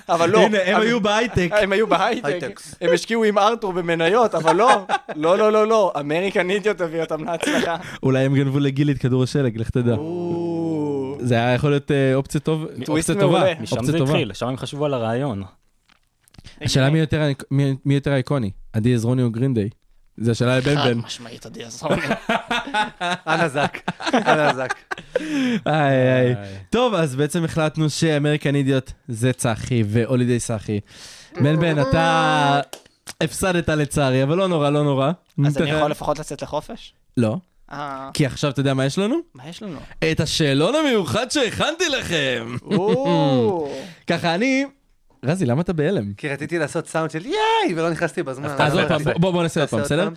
Speaker 7: אבל לא.
Speaker 4: הנה, הם היו בהייטק.
Speaker 6: אה,
Speaker 7: הם היו בהייטק,
Speaker 5: הייטקס.
Speaker 7: הם השקיעו עם ארתור במניות, אבל לא, לא, לא, לא, לא, אמריקן אידיוט הביא אותם להצלחה.
Speaker 4: אולי הם גנבו לגילי את כדור השלג, לך תדע. זה היה יכול להיות אה, אופציה טוב-
Speaker 7: טוויסט
Speaker 4: אופציה טובה.
Speaker 7: מעולה.
Speaker 6: משם
Speaker 4: אופציה
Speaker 6: זה
Speaker 4: טובה.
Speaker 6: התחיל, שם הם חשבו על הרעיון.
Speaker 4: השאלה מי יותר, מי, מי יותר איקוני, עדי עזרוני או גרינדיי? זה השאלה לבן
Speaker 7: חד
Speaker 4: בן.
Speaker 7: משמעית, עדי עזרוני.
Speaker 5: אנה זק. אנה זק.
Speaker 4: איי, איי.
Speaker 6: איי.
Speaker 4: טוב, אז בעצם החלטנו שאמריקן אידיוט זה צחי והולידי סחי. בן בן, אתה הפסדת לצערי, אבל לא נורא, לא נורא.
Speaker 7: אז אני
Speaker 4: ניתן לך-
Speaker 7: יכול לפחות לצאת לחופש?
Speaker 4: לא,
Speaker 7: אה,
Speaker 4: כי עכשיו אתה יודע מה יש לנו?
Speaker 7: מה יש לנו?
Speaker 4: את השאלון המיוחד שהכנתי לכם.
Speaker 7: או,
Speaker 4: ככה אני... רזי, למה אתה בהלם?
Speaker 5: כי רציתי לעשות סאונד של יאי, ולא נכנסתי בזמן.
Speaker 4: אז
Speaker 7: לא
Speaker 4: עוד פעם, בוא- בוא נעשה עוד פעם,
Speaker 5: תעשה
Speaker 4: בסדר?
Speaker 5: עוד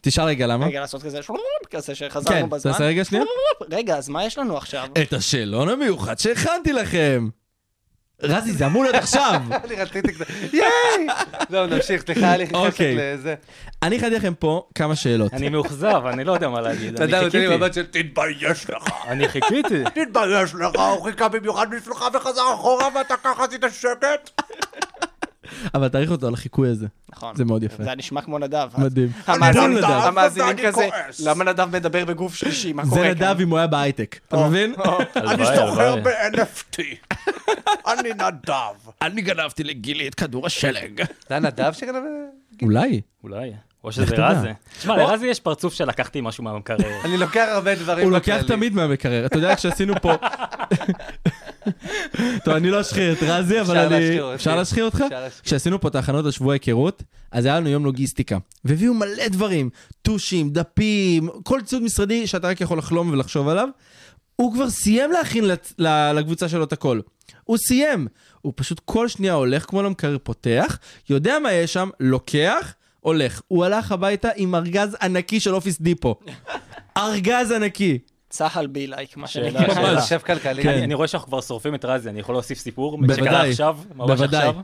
Speaker 4: תשאל רגע למה.
Speaker 7: רגע, לעשות כזה שרופ, כזה
Speaker 4: כן,
Speaker 7: שחזרנו בזמן.
Speaker 4: תעשה רגע אה, שנייה.
Speaker 7: רגע, אז מה יש לנו עכשיו?
Speaker 4: את השאלון המיוחד שהכנתי לכם. רזי, זה אמור להיות עכשיו.
Speaker 5: אני רציתי כזה, יאי! לא, נמשיך, סליחה, היה לי חסק
Speaker 4: אוקיי.
Speaker 5: לזה.
Speaker 4: אני הכנתי לכם פה כמה שאלות.
Speaker 6: אני מאוכזב, אני לא יודע מה להגיד.
Speaker 5: אתה יודע,
Speaker 6: אני
Speaker 5: נותן לי
Speaker 6: חיכיתי.
Speaker 5: מבט של תתבייש לך.
Speaker 6: אני חיכיתי.
Speaker 5: תתבייש לך, הוא חיכה במיוחד בשבילך וחזר אחורה ואתה ככה עשית שקט.
Speaker 4: אבל תעריך אותו על החיקוי הזה.
Speaker 7: נכון.
Speaker 4: זה אה, מאוד יפה.
Speaker 7: זה היה נשמע כמו נדב.
Speaker 4: מדהים.
Speaker 7: המאזינים-
Speaker 4: נדב.
Speaker 7: המאזינים
Speaker 5: ואני
Speaker 7: כזה,
Speaker 5: כועס.
Speaker 7: למה נדב מדבר בגוף שלישי? מה קורה
Speaker 4: זה
Speaker 7: כאן?
Speaker 4: נדב אם הוא היה בהייטק. אתה מבין?
Speaker 6: הלוואי, הלוואי.
Speaker 5: ב-NFT. אני נדב.
Speaker 4: אני גנבתי לגילי את כדור השלג.
Speaker 5: זה היה נדב שגנב? את זה?
Speaker 4: אולי.
Speaker 6: אולי. או שזה
Speaker 4: תדע.
Speaker 6: רזי. תשמע, לרזי יש פרצוף שלקחתי משהו מהמקרר.
Speaker 5: אני לוקח הרבה דברים
Speaker 4: הוא לוקח
Speaker 5: בכללי.
Speaker 4: תמיד מהמקרר. אתה יודע, כשעשינו פה... טוב, אני לא אשחיר את רזי, אבל
Speaker 5: אפשר
Speaker 4: אני...
Speaker 5: להשחיר אותי.
Speaker 4: אפשר להשחיר אותך?
Speaker 5: אפשר להשחיר.
Speaker 4: כשעשינו פה את ההכנות לשבוע היכרות, אז היה לנו יום לוגיסטיקה. והביאו מלא דברים. טושים, דפים, כל ציוד משרדי שאתה רק יכול לחלום ולחשוב עליו. הוא כבר סיים להכין לצ- ל- לקבוצה שלו את הכל. הוא סיים. הוא פשוט כל שנייה הולך כמו למקרר פותח, יודע מה יש שם, לוקח, הולך. הוא הלך הביתה עם ארגז ענקי של אופיס דיפו. ארגז ענקי.
Speaker 7: צה"ל בי לייק, מה
Speaker 6: שאלה,
Speaker 7: שנקרא.
Speaker 6: שאלה.
Speaker 5: אני חושב כלכלי.
Speaker 4: כן.
Speaker 6: אני אני רואה שאנחנו כבר שורפים את רזי, אני יכול להוסיף סיפור? שקרה
Speaker 4: בוודאי.
Speaker 6: עכשיו, ממש
Speaker 4: בוודאי.
Speaker 6: עכשיו.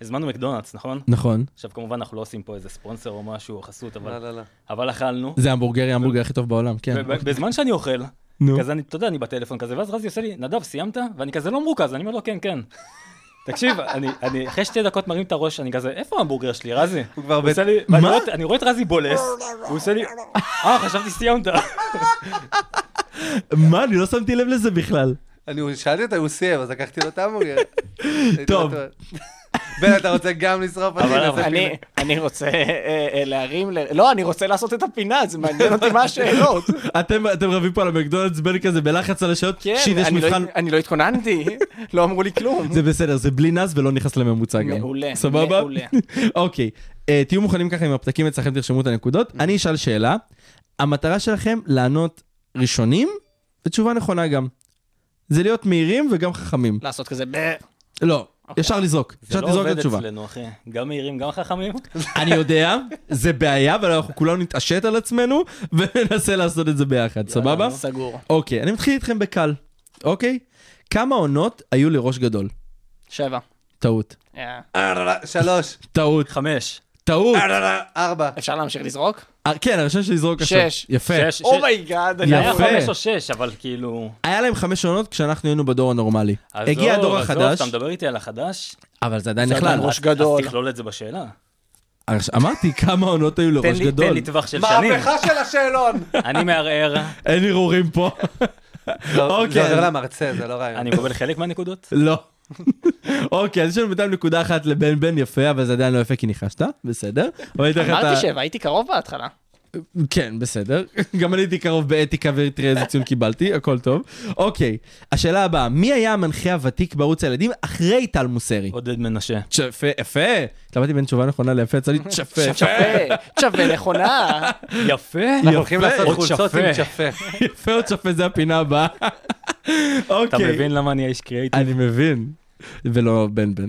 Speaker 6: הזמנו מקדונלדס, נכון?
Speaker 4: נכון.
Speaker 6: עכשיו, כמובן, אנחנו לא עושים פה איזה ספונסר או משהו, או חסות,
Speaker 5: לא,
Speaker 6: אבל-
Speaker 5: לא, לא.
Speaker 6: אבל אכלנו.
Speaker 4: זה המבורגרי, המבורגר הכי טוב בעולם, כן.
Speaker 6: וב- בזמן שאני אוכל,
Speaker 4: נו.
Speaker 6: כזה, אני- אתה יודע, אני בטלפון כזה, ואז רזי עושה לי, נדב, סיימת? ואני כזה לא מרוכז, אני אומר לו, כן, כן. תקשיב, אני- אני אחרי שתי דקות מרים את הראש, אני כזה, איפה ההמבורגר שלי, רזי?
Speaker 5: הוא כבר
Speaker 6: הוא
Speaker 5: ב...
Speaker 6: עושה לי, ואני רואה- אני רואה את רזי בולס, הוא עושה לי, אה, חשבתי סיימת.
Speaker 4: מה, אני לא שמתי לב לזה בכלל.
Speaker 5: אני שאלתי אותו, הוא סיים, אז לקחתי לו את ההמבורגר.
Speaker 4: טוב.
Speaker 5: בן, אתה רוצה גם לשרוף אותי?
Speaker 6: אבל-
Speaker 5: נעשה
Speaker 6: אבל-
Speaker 5: פינה.
Speaker 7: אני- אני רוצה אה, אה, להרים, ל- לא, אני רוצה לעשות את הפינה, זה מעניין אותי מה השאלות.
Speaker 4: אתם אתם רבים פה על המקדונלדס, בן כזה בלחץ על השעות,
Speaker 7: כן,
Speaker 4: שיט, יש
Speaker 7: אני לא-
Speaker 4: מבחן.
Speaker 7: אני לא התכוננתי, לא אמרו לי כלום.
Speaker 4: זה בסדר, זה בלי נס ולא נכנס לממוצע גם.
Speaker 7: מעולה,
Speaker 4: סבבה?
Speaker 7: מעולה.
Speaker 4: אוקיי, אה, תהיו מוכנים ככה עם הפתקים אצלכם, תרשמו את הנקודות.
Speaker 7: Mm-hmm.
Speaker 4: אני אשאל שאלה, המטרה שלכם לענות ראשונים, ותשובה נכונה גם. זה להיות מהירים וגם חכמים.
Speaker 7: לעשות כזה, "ב-".
Speaker 4: לא,
Speaker 7: אוקיי.
Speaker 4: ישר לזרוק,
Speaker 6: זה
Speaker 4: ישר
Speaker 6: לא
Speaker 4: תזרוק את
Speaker 6: עובד
Speaker 4: התשובה.
Speaker 6: אצלנו, אחי. גם מהירים, גם חכמים.
Speaker 4: אני יודע, זה בעיה, אבל אנחנו כולנו נתעשת על עצמנו וננסה לעשות את זה
Speaker 7: לא,
Speaker 4: ביחד, סבבה?
Speaker 7: סגור.
Speaker 4: אוקיי, אני מתחיל איתכם בקל, אוקיי? כמה עונות היו לראש גדול?
Speaker 7: שבע.
Speaker 4: טעות.
Speaker 7: אה,
Speaker 5: אה, לא, לא, שלוש.
Speaker 4: טעות.
Speaker 6: חמש.
Speaker 4: טעות.
Speaker 5: אה, לא, לא, ארבע.
Speaker 7: אפשר להמשיך לזרוק?
Speaker 4: אה, כן, הראשון שלזרוק עכשיו.
Speaker 7: שש.
Speaker 4: יפה.
Speaker 6: שש.
Speaker 5: Oh
Speaker 7: אומייגאד,
Speaker 6: זה
Speaker 7: אני
Speaker 6: היה
Speaker 4: יפה.
Speaker 6: חמש או שש, אבל כאילו...
Speaker 4: היה להם חמש עונות כשאנחנו היינו בדור הנורמלי. הגיע
Speaker 6: עזוב,
Speaker 4: הדור
Speaker 6: עזוב,
Speaker 4: החדש,
Speaker 6: אתה מדבר איתי על החדש?
Speaker 4: אבל זה עדיין
Speaker 7: זה
Speaker 4: נכלל.
Speaker 7: עדיין ראש
Speaker 6: אז-
Speaker 7: גדול.
Speaker 6: אז תכלול את זה בשאלה.
Speaker 4: אז אמרתי כמה עונות היו
Speaker 6: תן
Speaker 4: לראש
Speaker 6: לי- תן
Speaker 4: גדול.
Speaker 6: לי טווח של שנים.
Speaker 5: מהפכה של השאלון.
Speaker 6: אני מערער,
Speaker 4: אין ערעורים פה.
Speaker 5: לא,
Speaker 4: אוקיי.
Speaker 5: זה עובר למרצה, זה לא רעיון.
Speaker 6: אני מקבל חלק מהנקודות.
Speaker 4: לא. אוקיי, אז יש לנו בינתיים נקודה אחת לבן בן יפה, אבל זה עדיין לא יפה כי ניחשת, בסדר. אבל אני אתן לך את ה-
Speaker 7: אמרתי שהייתי קרוב בהתחלה.
Speaker 4: כן, בסדר. גם אני הייתי קרוב באתיקה ותראה איזה ציון קיבלתי, הכל טוב. אוקיי, השאלה הבאה, מי היה המנחה הוותיק בערוץ הילדים אחרי טל מוסרי?
Speaker 6: עודד מנשה.
Speaker 4: יפה, יפה. התלבטתי בין תשובה נכונה ליפה, יצא לי צ'פה.
Speaker 7: שווה, שווה נכונה.
Speaker 6: יפה.
Speaker 5: אנחנו הולכים לעשות
Speaker 6: עוד
Speaker 5: חולצות
Speaker 6: שפה.
Speaker 5: עם צ'פה.
Speaker 4: יפה או צ'פה, זה הפינה הבאה.
Speaker 6: אתה
Speaker 4: אוקיי.
Speaker 6: מבין למה אני האיש קריאייטיב?
Speaker 4: אני מבין. ולא בן בן.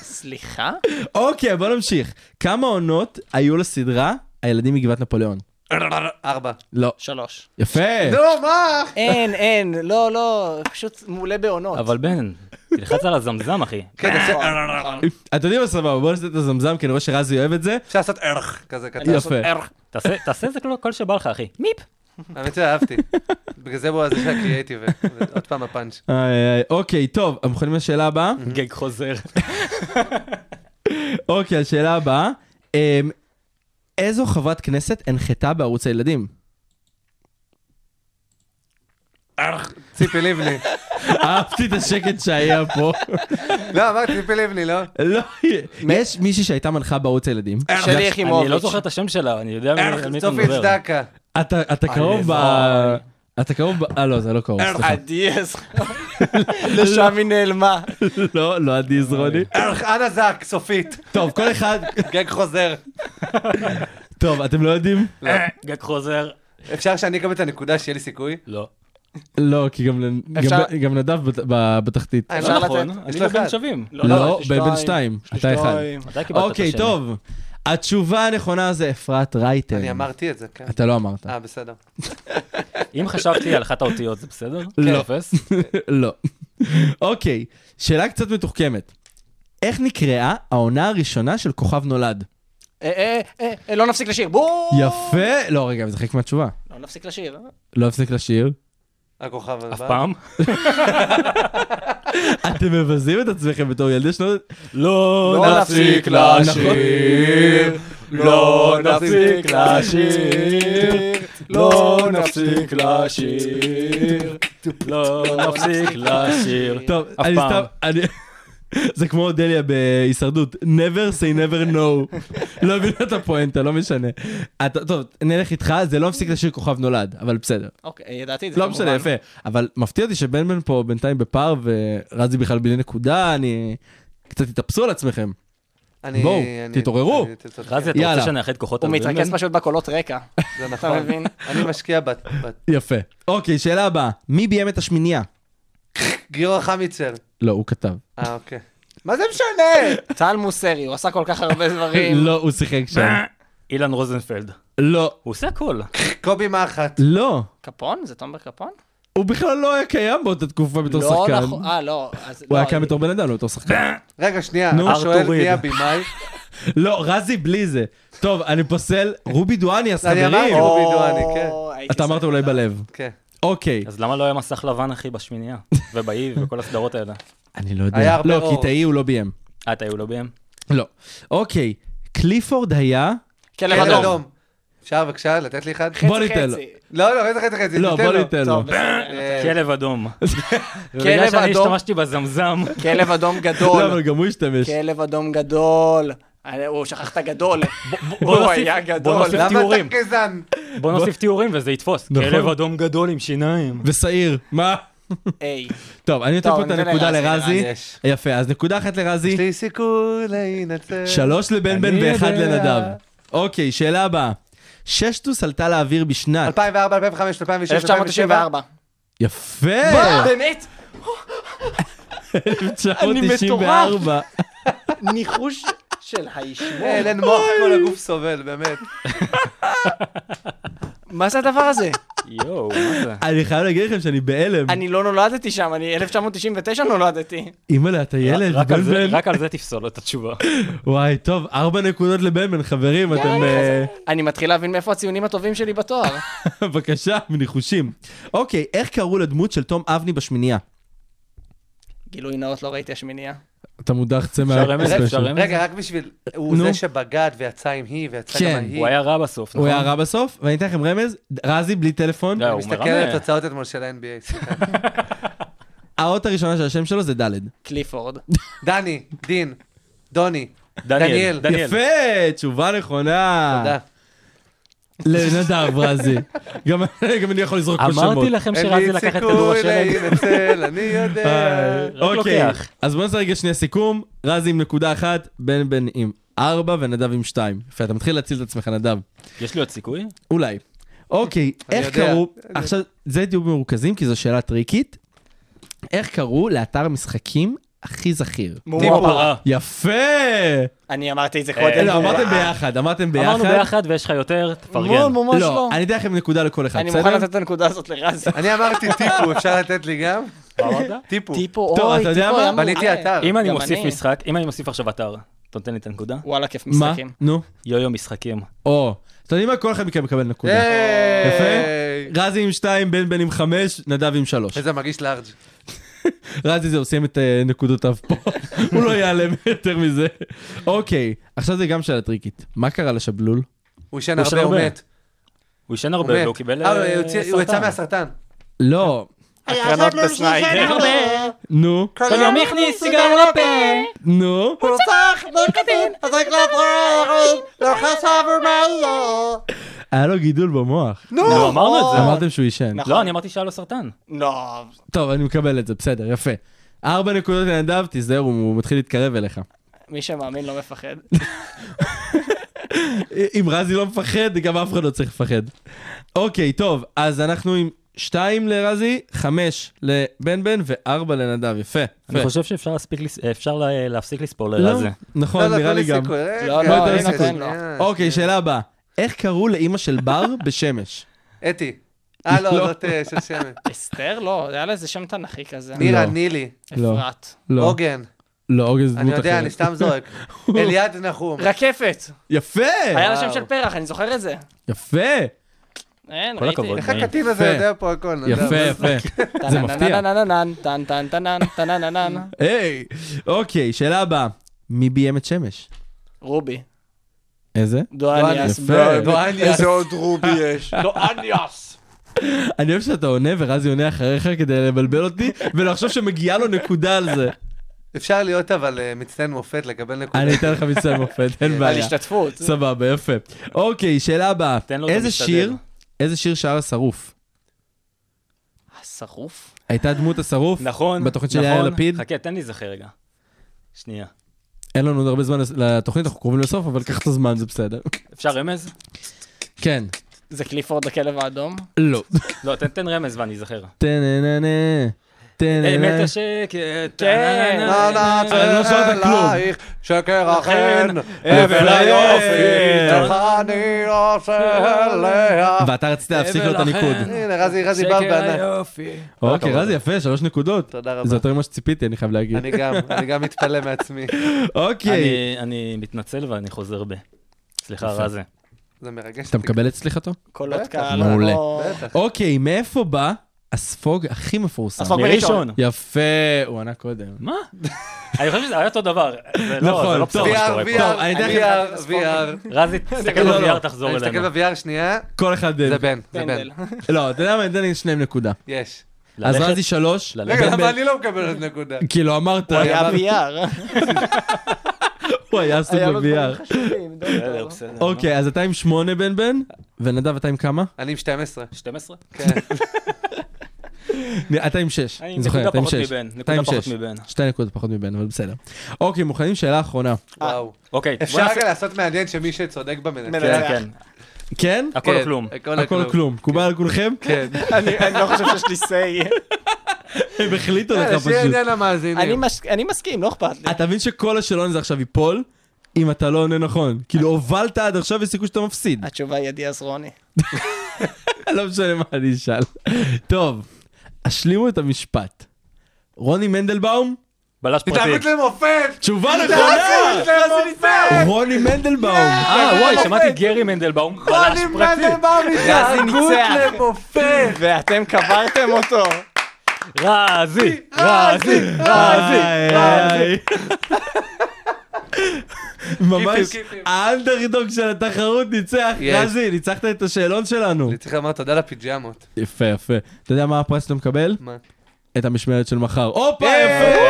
Speaker 7: סליחה?
Speaker 4: אוקיי, בוא נמשיך. כמה עונות היו לסדרה הילדים מגבעת נפוליאון?
Speaker 5: ארבע.
Speaker 4: לא.
Speaker 7: שלוש.
Speaker 4: יפה.
Speaker 5: לא, מה?
Speaker 7: אין, אין, לא, לא, פשוט מעולה בעונות.
Speaker 6: אבל בן, תלחץ על הזמזם, אחי.
Speaker 5: כן, תעשה
Speaker 7: נכון,
Speaker 5: ערך.
Speaker 7: נכון.
Speaker 4: אתם יודעים מה סבבה, בואו נעשה את הזמזם, כי אני רואה שרזי אוהב את זה.
Speaker 5: אפשר לעשות ערך כזה קטן.
Speaker 4: יפה.
Speaker 7: נכון.
Speaker 6: תעשה- תעשה את זה כל- כל שבא לך, אחי. מיפ.
Speaker 5: האמת שאהבתי. בגלל זה בועז יש לה קריאייטיב. עוד פעם הפאנץ'.
Speaker 4: איי, איי, אוקיי, טוב, אתם מוכנים לשאלה הבאה?
Speaker 6: גג חוזר.
Speaker 4: אוקיי, השאלה הבאה. אמ, איזו חברת כנסת הנחתה בערוץ הילדים?
Speaker 5: ציפי לבני.
Speaker 4: אהבתי את השקט שהיה פה.
Speaker 5: לא, אמרת ציפי לבני, לא?
Speaker 4: לא, יש מישהי שהייתה מנחה בערוץ הילדים.
Speaker 7: שלי
Speaker 6: אני לא
Speaker 7: יחימוביץ'.
Speaker 6: זוכר את השם שלה, אני יודע מי-
Speaker 5: אה,
Speaker 6: על מי אתה
Speaker 5: צופי
Speaker 6: מדבר.
Speaker 5: צדקה.
Speaker 4: אתה אתה קרוב ב...
Speaker 6: הלוואי.
Speaker 4: אתה קרוב ב... אה, לא, זה לא קרוב, סליחה.
Speaker 7: עדי עזרא. לשם היא נעלמה.
Speaker 4: לא, לא עדי זרוני.
Speaker 5: ערך, אנה זק, סופית.
Speaker 4: טוב, כל אחד...
Speaker 5: גג חוזר.
Speaker 4: טוב, אתם לא יודעים?
Speaker 6: גג חוזר.
Speaker 5: אפשר שאני אקבל את הנקודה שיהיה לי סיכוי?
Speaker 6: לא.
Speaker 4: לא, כי גם ל-
Speaker 7: אפשר-
Speaker 4: גם- גם נדב בת- ב- בתחתית.
Speaker 5: אה,
Speaker 7: אפשר
Speaker 5: לא.
Speaker 6: נכון,
Speaker 7: לתת.
Speaker 5: יש
Speaker 6: אני
Speaker 5: לו
Speaker 6: ובן
Speaker 5: אחד.
Speaker 6: שווים.
Speaker 4: לא, בן בן שתיים. אתה אחד.
Speaker 6: מתי קיבלת את
Speaker 4: אוקיי,
Speaker 6: השם?
Speaker 4: טוב. התשובה הנכונה זה אפרת רייטן.
Speaker 5: אני אמרתי את זה, כן.
Speaker 4: אתה לא אמרת.
Speaker 5: אה, בסדר.
Speaker 6: אם חשבתי על אחת האותיות, זה בסדר?
Speaker 4: לא.
Speaker 6: כן, אפס?
Speaker 4: לא. אוקיי, שאלה קצת מתוחכמת. איך נקראה העונה הראשונה של כוכב נולד?
Speaker 7: אה, אה, אה, אה, לא נפסיק לשיר. בואו!
Speaker 4: יפה. לא, רגע, אבל זה חלק מהתשובה.
Speaker 7: לא נפסיק לשיר.
Speaker 4: לא הפסיק לשיר.
Speaker 5: הכוכב הבא.
Speaker 6: אף פעם?
Speaker 4: אתם מבזים את עצמכם בתור ילדי שנות...
Speaker 6: לא
Speaker 5: לא נפסיק לשיר,
Speaker 6: לא
Speaker 5: נפסיק
Speaker 6: לשיר, לא נפסיק לשיר, לא נפסיק לשיר.
Speaker 4: טוב,
Speaker 6: אף
Speaker 4: אני
Speaker 6: פעם.
Speaker 4: סתם... אני- זה כמו אודליה בהישרדות, never say never no. לא מבין את הפואנטה, לא משנה. אתה- טוב, נלך איתך, זה לא מפסיק לשיר כוכב נולד, אבל בסדר.
Speaker 7: אוקיי, ידעתי את זה
Speaker 4: לא משנה, יפה. אבל מפתיע אותי שבן בן פה בינתיים בפער ורזי בכלל בלי נקודה, אני... קצת התאפסו על עצמכם.
Speaker 5: אני-
Speaker 4: בואו,
Speaker 5: אני-
Speaker 4: תתעוררו.
Speaker 5: אני- תצודק.
Speaker 6: רזי, אתה לא
Speaker 4: יאללה.
Speaker 6: רוצה שנאחד כוחות
Speaker 7: הוא
Speaker 6: על בן
Speaker 7: מתרכז
Speaker 6: בן?
Speaker 7: פשוט בקולות רקע.
Speaker 5: זה
Speaker 7: אתה
Speaker 5: נכון.
Speaker 7: מבין?
Speaker 5: אני משקיע בת... בת-
Speaker 4: יפה. אוקיי, שאלה הבאה. מי ביים את השמינייה?
Speaker 5: גיורא חמיצר.
Speaker 4: לא, הוא כתב.
Speaker 5: אה, אוקיי. מה זה משנה?
Speaker 7: טל מוסרי, הוא עשה כל כך הרבה
Speaker 5: אה,
Speaker 7: דברים.
Speaker 4: לא, הוא שיחק שם.
Speaker 6: אילן רוזנפלד.
Speaker 4: לא.
Speaker 6: הוא עושה הכל.
Speaker 5: קובי מחט.
Speaker 4: לא.
Speaker 7: קפון? זה תומר קפון?
Speaker 4: הוא בכלל לא היה קיים באותה תקופה בתור
Speaker 7: לא
Speaker 4: שחקן.
Speaker 7: נכון. אה, לא. אז-
Speaker 4: הוא
Speaker 7: לא,
Speaker 4: היה קיים בתור בן אדם, לא בתור שחקן.
Speaker 5: רגע, שנייה,
Speaker 4: נו,
Speaker 5: הוא שואל
Speaker 6: ארתוריד.
Speaker 5: מי הבמאי.
Speaker 4: לא, רזי בלי זה. טוב, אני פוסל. רובי דואני, אז
Speaker 5: אני אמרתי.
Speaker 4: חברים.
Speaker 5: רובי
Speaker 7: או,
Speaker 5: דואני, כן.
Speaker 7: הייתי
Speaker 4: אתה אמרת
Speaker 7: שמח.
Speaker 4: אולי בלב.
Speaker 5: כן.
Speaker 4: אוקיי.
Speaker 6: אז למה לא היה מסך לבן, אחי, בשמינייה? ובאי וכל הסדרות האלה.
Speaker 4: אני לא יודע.
Speaker 5: היה הרבה
Speaker 4: לא, כי
Speaker 5: אור.
Speaker 4: את ההיא הוא לא ביים.
Speaker 6: אה, אתה היו לו ביים?
Speaker 4: לא. אוקיי. קליפורד היה...
Speaker 7: כלב
Speaker 5: כלב
Speaker 7: אדום.
Speaker 5: אדום. אפשר בבקשה לתת לי אחד?
Speaker 4: בוא ניתן לו.
Speaker 7: חצי.
Speaker 5: לא, לא, איזה חצי חצי.
Speaker 4: לא,
Speaker 5: תיתן
Speaker 4: בוא
Speaker 5: לו.
Speaker 4: ניתן לו.
Speaker 7: טוב, בסדר.
Speaker 5: אה,
Speaker 6: כלב אדום. ובגלל שאני
Speaker 7: אדום.
Speaker 6: השתמשתי בזמזם.
Speaker 7: כלב אדום
Speaker 4: לא, אבל
Speaker 7: גדול.
Speaker 4: גם הוא השתמש.
Speaker 7: כלב אדום גדול. אה, הוא שכח את הגדול.
Speaker 6: בוא
Speaker 7: הוא
Speaker 6: נוסיף-
Speaker 7: היה
Speaker 6: בוא
Speaker 7: גדול.
Speaker 6: נוסיף
Speaker 5: למה
Speaker 6: תיאורים.
Speaker 5: אתה גזען?
Speaker 6: בוא נוסיף תיאורים וזה יתפוס.
Speaker 4: נכון.
Speaker 6: כלב אדום גדול עם שיניים.
Speaker 4: ושעיר. מה?
Speaker 7: היי.
Speaker 4: טוב, אני נותן
Speaker 7: טוב,
Speaker 4: פה את
Speaker 7: ניתן
Speaker 4: הנקודה
Speaker 7: לרזי,
Speaker 4: לרזי.
Speaker 6: אה,
Speaker 5: יש.
Speaker 4: יפה, אז נקודה אחת לרזי,
Speaker 5: יש לי סיכוי להינצל.
Speaker 4: שלוש לבן בן
Speaker 6: אני
Speaker 4: ואחד
Speaker 6: יודע.
Speaker 4: לנדב. אוקיי, שאלה הבאה. ששטוס עלתה לאוויר בשנת...
Speaker 5: 2004, 2005, 2006, 2007.
Speaker 7: 1994.
Speaker 4: יפה! אה,
Speaker 7: באמת?
Speaker 4: 1994.
Speaker 7: ניחוש של האישמור.
Speaker 5: כן, אין, אין מוח, כל הגוף סובל, באמת.
Speaker 7: מה זה הדבר הזה?
Speaker 6: יואו, מה זה?
Speaker 4: אני חייב להגיד לכם שאני בהלם.
Speaker 7: אני לא נולדתי שם, אני 1999 נולדתי.
Speaker 4: אימא'לה, אתה ילד,
Speaker 6: רק
Speaker 4: בן
Speaker 6: על זה-
Speaker 4: בן.
Speaker 6: רק על זה תפסול לו את התשובה.
Speaker 4: וואי, טוב, ארבע נקודות לבן בן, חברים, אתם... אה,
Speaker 7: אני מתחיל להבין מאיפה הציונים הטובים שלי בתואר.
Speaker 4: בבקשה, מניחושים. אוקיי, איך קראו לדמות של תום אבני בשמינייה?
Speaker 7: גילוי נאות, לא ראיתי השמינייה.
Speaker 4: אתה מודח, צא מה...
Speaker 6: אפשר רמז, אפשר רמז.
Speaker 5: רגע, רק בשביל... הוא
Speaker 4: נו.
Speaker 5: זה שבגד ויצא עם היא ויצא
Speaker 4: כן.
Speaker 5: גם עם היא.
Speaker 6: הוא היה רע בסוף, נכון?
Speaker 4: הוא היה רע בסוף, ואני אתן לכם רמז, רזי בלי טלפון.
Speaker 6: לא, הוא
Speaker 5: מסתכל
Speaker 6: מרמה.
Speaker 5: על התוצאות אתמול של ה-NBA. סליחה.
Speaker 4: האות הראשונה של השם שלו זה ד'.
Speaker 7: קליפורד.
Speaker 5: דני, דין, דוני,
Speaker 6: דניאל,
Speaker 5: דניאל.
Speaker 6: דניאל.
Speaker 4: יפה, תשובה נכונה.
Speaker 5: תודה.
Speaker 4: לנדב רזי. גם גם אני יכול לזרוק פה שמות.
Speaker 6: אמרתי לכם
Speaker 5: אין
Speaker 6: שרזי
Speaker 5: לי
Speaker 6: לקח את כדור
Speaker 5: סיכוי
Speaker 6: השלג.
Speaker 5: להינצל, אני יודע.
Speaker 6: אה, רק
Speaker 4: אוקיי,
Speaker 6: לוקח.
Speaker 4: אז בוא נעשה רגע שנייה סיכום. רזי עם נקודה אחת, בן בן עם ארבע ונדב עם שתיים. יפה, אתה מתחיל להציל את עצמך, נדב.
Speaker 6: יש לי עוד סיכוי?
Speaker 4: אולי. אוקיי,
Speaker 5: אני
Speaker 4: איך
Speaker 5: יודע.
Speaker 4: קראו... עכשיו, זה תהיו מרוכזים, כי זו שאלה טריקית. איך קראו לאתר המשחקים הכי זכיר?
Speaker 6: טיפו הפרה.
Speaker 4: יפה!
Speaker 7: אני אמרתי את זה
Speaker 6: אה,
Speaker 7: קודם.
Speaker 4: לא, אמרתם ביחד, אמרתם ביחד.
Speaker 6: אמרנו ביחד ויש לך יותר, תפרגן.
Speaker 7: מול, ממש
Speaker 4: לא,
Speaker 7: לא.
Speaker 4: אני אתן לכם נקודה לכל אחד,
Speaker 7: אני
Speaker 4: בסדר?
Speaker 7: מוכן לתת את הנקודה הזאת לרזי.
Speaker 5: אני אמרתי טיפו, אפשר לתת לי גם?
Speaker 6: מה אמרת?
Speaker 5: טיפו.
Speaker 7: טיפו,
Speaker 4: טוב,
Speaker 7: אוי,
Speaker 4: אתה יודע
Speaker 7: טיפו,
Speaker 4: מה?
Speaker 7: היה מעולה.
Speaker 5: בניתי אתר.
Speaker 6: אם אני
Speaker 7: גם
Speaker 6: מוסיף
Speaker 7: אני.
Speaker 6: משחק, אם אני מוסיף עכשיו אתר, אתה נותן לי את הנקודה?
Speaker 7: וואלה, כיף
Speaker 4: מה?
Speaker 7: משחקים.
Speaker 4: נו.
Speaker 6: יו-יו משחקים.
Speaker 4: או. אתם יודעים מה? כל אחד מכם מקבל נקודה.
Speaker 7: אה.
Speaker 5: היי.
Speaker 4: יפה. רזי עם שתיים, בן בן עם חמש, נדב עם שלוש.
Speaker 5: איזה מרגיש לארג'.
Speaker 4: רזי זהו, סיים את אה, נקודותיו פה. הוא לא יעלה יותר מזה. אוקיי, עכשיו זה גם שאלה טריקית. מה קרה לשבלול?
Speaker 5: הוא עישן
Speaker 6: הוא עישן
Speaker 5: הרבה, הוא
Speaker 6: הרבה.
Speaker 5: מת.
Speaker 6: הוא ישן
Speaker 5: הוא
Speaker 6: הרבה
Speaker 5: מת.
Speaker 6: והוא קיבל
Speaker 5: אה, הוא
Speaker 6: אה,
Speaker 5: יוצא- הוא יצא
Speaker 6: סרטן.
Speaker 5: מהסרטן.
Speaker 4: לא.
Speaker 7: הקרנות בסניידר.
Speaker 4: נו.
Speaker 6: כל יום הכניס סיגר לפה.
Speaker 4: נו. היה לו גידול במוח.
Speaker 6: נו, אמרנו את זה.
Speaker 4: אמרתם שהוא עישן.
Speaker 7: נכון.
Speaker 6: לא, אני אמרתי שהיה לו סרטן.
Speaker 7: לא,
Speaker 4: טוב, אני מקבל את זה, בסדר, יפה. ארבע נקודות לנדב, תיזהר, הוא הוא מתחיל להתקרב אליך.
Speaker 7: מי שמאמין לא מפחד.
Speaker 4: אם רזי לא מפחד, גם אף אחד לא צריך לפחד. אוקיי, טוב, אז אנחנו עם שתיים לרזי, חמש לבן בן וארבע לנדב, יפה.
Speaker 6: אני
Speaker 4: יפה.
Speaker 6: חושב שאפשר להספיק לס- אפשר לה- להפסיק לספור
Speaker 4: לא,
Speaker 6: לרזי.
Speaker 4: נכון, נראה לי גם.
Speaker 7: לא,
Speaker 4: לא,
Speaker 5: לא,
Speaker 4: אין
Speaker 5: רגע,
Speaker 4: סיכוי.
Speaker 5: שנייה.
Speaker 4: אוקיי, שאלה הבאה. איך קראו לאימא של בר בשמש?
Speaker 5: אתי. אה, לא,
Speaker 4: לא.
Speaker 5: זאת אה, של שמן.
Speaker 7: אסתר? לא, היה לה איזה שם תנכי כזה.
Speaker 5: נירה, נילי,
Speaker 4: לא.
Speaker 7: אפרת.
Speaker 4: לא,
Speaker 5: עוגן.
Speaker 4: לא, אוגן זה
Speaker 5: אני
Speaker 4: דמות
Speaker 5: יודע,
Speaker 4: אחרת.
Speaker 5: אני סתם זורק. אליעד נחום.
Speaker 7: רקפת!
Speaker 4: יפה!
Speaker 7: היה לה שם
Speaker 5: וואו.
Speaker 7: של פרח, אני זוכר את זה.
Speaker 4: יפה!
Speaker 7: אין,
Speaker 6: כל
Speaker 7: ראיתי.
Speaker 6: הכבוד.
Speaker 5: איך הקטין הזה
Speaker 4: יפה.
Speaker 5: יודע פה הכל? נדב?
Speaker 4: יפה, יפה.
Speaker 5: לא.
Speaker 4: זה מפתיע.
Speaker 7: טנננננננננ, טן, טן, טנן, טננננננ.
Speaker 4: היי! אוקיי, שאלה הבאה. מי ביים את שמש?
Speaker 7: רובי.
Speaker 4: איזה?
Speaker 7: דואניאס.
Speaker 4: יפה.
Speaker 7: בוא, בוא.
Speaker 5: דואניאס. איזה עוד רובי יש.
Speaker 4: אני אוהב שאתה עונה ורזי עונה אחריך כדי לבלבל אותי ולחשוב שמגיעה לו נקודה על זה.
Speaker 5: אפשר להיות אבל אה, מצטיין מופת, לקבל נקודה.
Speaker 4: אני אתן לך מצטער מופת, אין
Speaker 7: על
Speaker 4: בעיה.
Speaker 7: השתתפות.
Speaker 4: סבבה, יפה. אוקיי, שאלה הבאה.
Speaker 6: תן לו את
Speaker 4: איזה
Speaker 6: המשתדל.
Speaker 4: שיר, איזה שיר שר השרוף?
Speaker 7: השרוף?
Speaker 4: הייתה דמות השרוף?
Speaker 6: נכון,
Speaker 4: בתוכנית של
Speaker 6: נכון.
Speaker 4: יאיר לפיד?
Speaker 6: חכה, תן לי להיזכר רגע. שנייה.
Speaker 4: אין לנו עוד הרבה זמן לתוכנית, אנחנו קרובים לסוף, אבל קח את הזמן, זה בסדר.
Speaker 6: אפשר רמז?
Speaker 4: כן.
Speaker 7: זה קליפורד הכלב האדום?
Speaker 4: לא.
Speaker 6: לא, תן- תן רמז ואני אזכר.
Speaker 4: טנננה. טנננה.
Speaker 6: אמת
Speaker 7: אה,
Speaker 6: השקט.
Speaker 7: כן.
Speaker 5: נא
Speaker 4: אני לא שומעת
Speaker 5: נצא
Speaker 4: כלום.
Speaker 5: אלייך, שקר החן,
Speaker 4: אבל
Speaker 5: אבל היופי,
Speaker 4: היופי.
Speaker 5: איך אני עושה אליה.
Speaker 4: ואתה רצית להפסיק לו את
Speaker 6: ולכן-
Speaker 4: הניקוד.
Speaker 5: הנה, רזי, רזי בא בענק.
Speaker 6: היופי.
Speaker 4: אוקיי, רזי, יפה, שלוש נקודות.
Speaker 5: תודה
Speaker 4: זה
Speaker 5: רבה.
Speaker 4: יותר ממה שציפיתי, אני חייב להגיד.
Speaker 5: אני גם, אני גם מתפלא מעצמי.
Speaker 4: אוקיי.
Speaker 6: אני מתנצל ואני חוזר ב. סליחה,
Speaker 4: יפה.
Speaker 6: רזה.
Speaker 5: זה מרגש.
Speaker 4: אתה
Speaker 5: אותי.
Speaker 4: מקבל את סליחתו?
Speaker 7: קולות
Speaker 5: בטח.
Speaker 7: קהל. לא,
Speaker 4: מעולה.
Speaker 7: או-
Speaker 5: בטח.
Speaker 4: אוקיי, מאיפה בא הספוג הכי מפורסם?
Speaker 7: הספוג
Speaker 6: מראשון.
Speaker 4: יפה, הוא ענה קודם.
Speaker 6: מה? אני חושב שזה היה אותו דבר. זה לא-
Speaker 4: נכון,
Speaker 6: זה לא
Speaker 4: טוב.
Speaker 6: בסדר מה שקורה
Speaker 5: VR,
Speaker 6: פה.
Speaker 5: VR,
Speaker 4: אני אתן לכם-
Speaker 5: VR, VR.
Speaker 6: רזי, תסתכל
Speaker 5: לא, לא.
Speaker 6: ב-VR, תחזור
Speaker 5: אני מסתכל
Speaker 6: אלינו.
Speaker 5: ב-VR שנייה,
Speaker 4: כל אחד... אה,
Speaker 5: זה בן, זה בן.
Speaker 7: פנדל.
Speaker 4: לא, אתה יודע מה, ניתן לי שניהם נקודה.
Speaker 5: יש.
Speaker 4: אז
Speaker 6: ללכת?
Speaker 4: רזי שלוש.
Speaker 6: ללכת.
Speaker 5: רגע,
Speaker 4: בן-
Speaker 5: למה
Speaker 4: בן-
Speaker 5: אני לא מקבל עוד נקודה?
Speaker 4: כי לא אמרת,
Speaker 7: הוא היה VR.
Speaker 4: הוא היה עסוק
Speaker 7: היה לו דברים
Speaker 4: ב-VR.
Speaker 7: חשובים,
Speaker 6: בסדר,
Speaker 7: דוקטור.
Speaker 6: אה, בסדר.
Speaker 4: אוקיי, אז אתה עם שמונה בן בן, ונדב אתה עם כמה?
Speaker 5: אני עם 12.
Speaker 6: 12?
Speaker 5: כן.
Speaker 4: אתה עם שש,
Speaker 6: אני
Speaker 4: אני זוכר,
Speaker 6: נקודה
Speaker 4: אתה עם
Speaker 6: פחות
Speaker 4: שש.
Speaker 6: מבן,
Speaker 4: אתה
Speaker 6: נקודה
Speaker 4: עם
Speaker 6: פחות
Speaker 4: שש.
Speaker 6: מבן.
Speaker 4: שתי נקודות פחות מבן, אבל בסדר. אוקיי, מוכנים? שאלה אחרונה.
Speaker 5: וואו.
Speaker 6: אוקיי, בוא
Speaker 5: אה, אפשר
Speaker 6: נעשה-
Speaker 5: רגע לעשות מעניין שמי שצודק במנצח.
Speaker 7: מנצח.
Speaker 6: כן, כן.
Speaker 4: כן?
Speaker 6: הכל או
Speaker 5: כן,
Speaker 6: כלום.
Speaker 5: הכל או
Speaker 4: הכל
Speaker 5: כלום.
Speaker 4: כלום. מקובל על כולכם?
Speaker 5: כן.
Speaker 7: אני אני לא חושב שיש לי say.
Speaker 4: הם החליטו לך
Speaker 5: יאללה, שיהיה
Speaker 4: פשוט.
Speaker 5: עניין
Speaker 7: אני
Speaker 5: למאזינים.
Speaker 7: מס- אני מסכים, לא אכפת לי.
Speaker 4: אתה מבין שכל השאלון הזה עכשיו ייפול, אם אתה לא עונה נכון. כאילו, הובלת עד עכשיו, יש סיכוי שאתה מפסיד.
Speaker 7: התשובה היא עדי עזרוני.
Speaker 4: לא משנה מה אני אשאל. טוב, השלימו את המשפט. רוני מנדלבאום?
Speaker 6: בלש
Speaker 5: התערבות
Speaker 6: פרטי.
Speaker 5: למופת!
Speaker 4: תשובה נכונה!
Speaker 5: התערבות למופת!
Speaker 4: רוני מנדלבאום!
Speaker 6: אה, וואי, שמעתי גרי מנדלבאום, בלש
Speaker 5: אני
Speaker 6: פרטי.
Speaker 5: מנדלבאום התערבות
Speaker 7: ניצח.
Speaker 5: למופת!
Speaker 7: ואתם קברתם אותו.
Speaker 6: רזי, רזי,
Speaker 4: אה,
Speaker 6: רזי.
Speaker 4: איי, איי. ממש
Speaker 5: כיפים.
Speaker 4: האנדרדוג של התחרות ניצח.
Speaker 5: יש.
Speaker 4: רזי, ניצחת את השאלון שלנו.
Speaker 5: אני צריך לומר תודה לפיג'מות.
Speaker 4: יפה, יפה. אתה יודע מה הפרס שאתה מקבל?
Speaker 5: מה?
Speaker 4: את המשמרת של מחר. הופה,
Speaker 5: אה!
Speaker 4: יפה!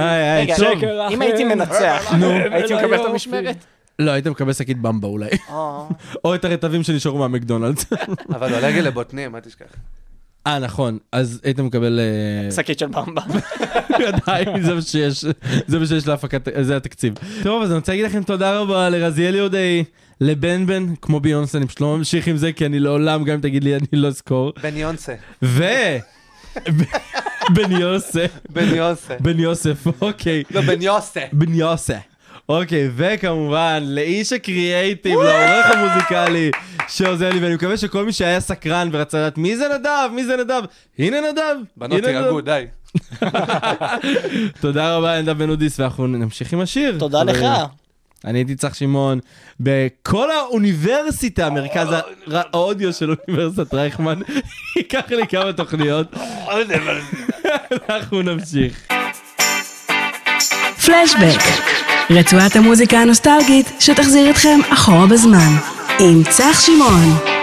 Speaker 4: היי, היי,
Speaker 7: רגע,
Speaker 4: טוב.
Speaker 7: אם הייתי מנצח, הייתי מקבל את המשמרת?
Speaker 4: לא, היית מקבל שקית במבה אולי.
Speaker 5: אה.
Speaker 4: או את הרטבים שנשארו מהמקדונלדס.
Speaker 5: אבל הוא אלרגי לבוטנים, אל תשכח.
Speaker 4: אה, נכון, אז היית מקבל... אה,
Speaker 7: שקית של במבה.
Speaker 4: עדיין, זה מה שיש, זה מה שיש להפקת, זה התקציב. טוב, אז אני רוצה להגיד לכם תודה רבה לרזיאל יהודאי, לבן בן, כמו ביונסה, אני פשוט לא ממשיך עם זה, כי אני לעולם, גם אם תגיד לי, אני לא אזכור.
Speaker 5: בן יונסה.
Speaker 4: ו... בן יוסף,
Speaker 5: בן יונסה.
Speaker 4: בן יוסף, אוקיי.
Speaker 5: לא, בן יוסה.
Speaker 4: בן יוסף. אוקיי, וכמובן, לאיש הקריאייטיב, לעורך המוזיקלי שעוזר לי, ואני מקווה שכל מי שהיה סקרן ורצה לדעת מי זה נדב, מי זה נדב, הנה נדב.
Speaker 5: בנות
Speaker 4: הנה
Speaker 5: תירגעו,
Speaker 4: נדב.
Speaker 5: די.
Speaker 4: תודה רבה, נדב בן אודיס, ואנחנו נמשיך עם השיר.
Speaker 7: תודה לך.
Speaker 4: חברים. אני הייתי צח שמעון בכל
Speaker 5: אה,
Speaker 4: האוניברסיטה, מרכז ה- האודיו של אוניברסיטת רייכמן. ייקח לי כמה תוכניות,
Speaker 5: אה,
Speaker 4: אנחנו נמשיך.
Speaker 3: פלשבק, רצועת המוזיקה הנוסטלגית שתחזיר אתכם אחורה בזמן, עם צח שמעון.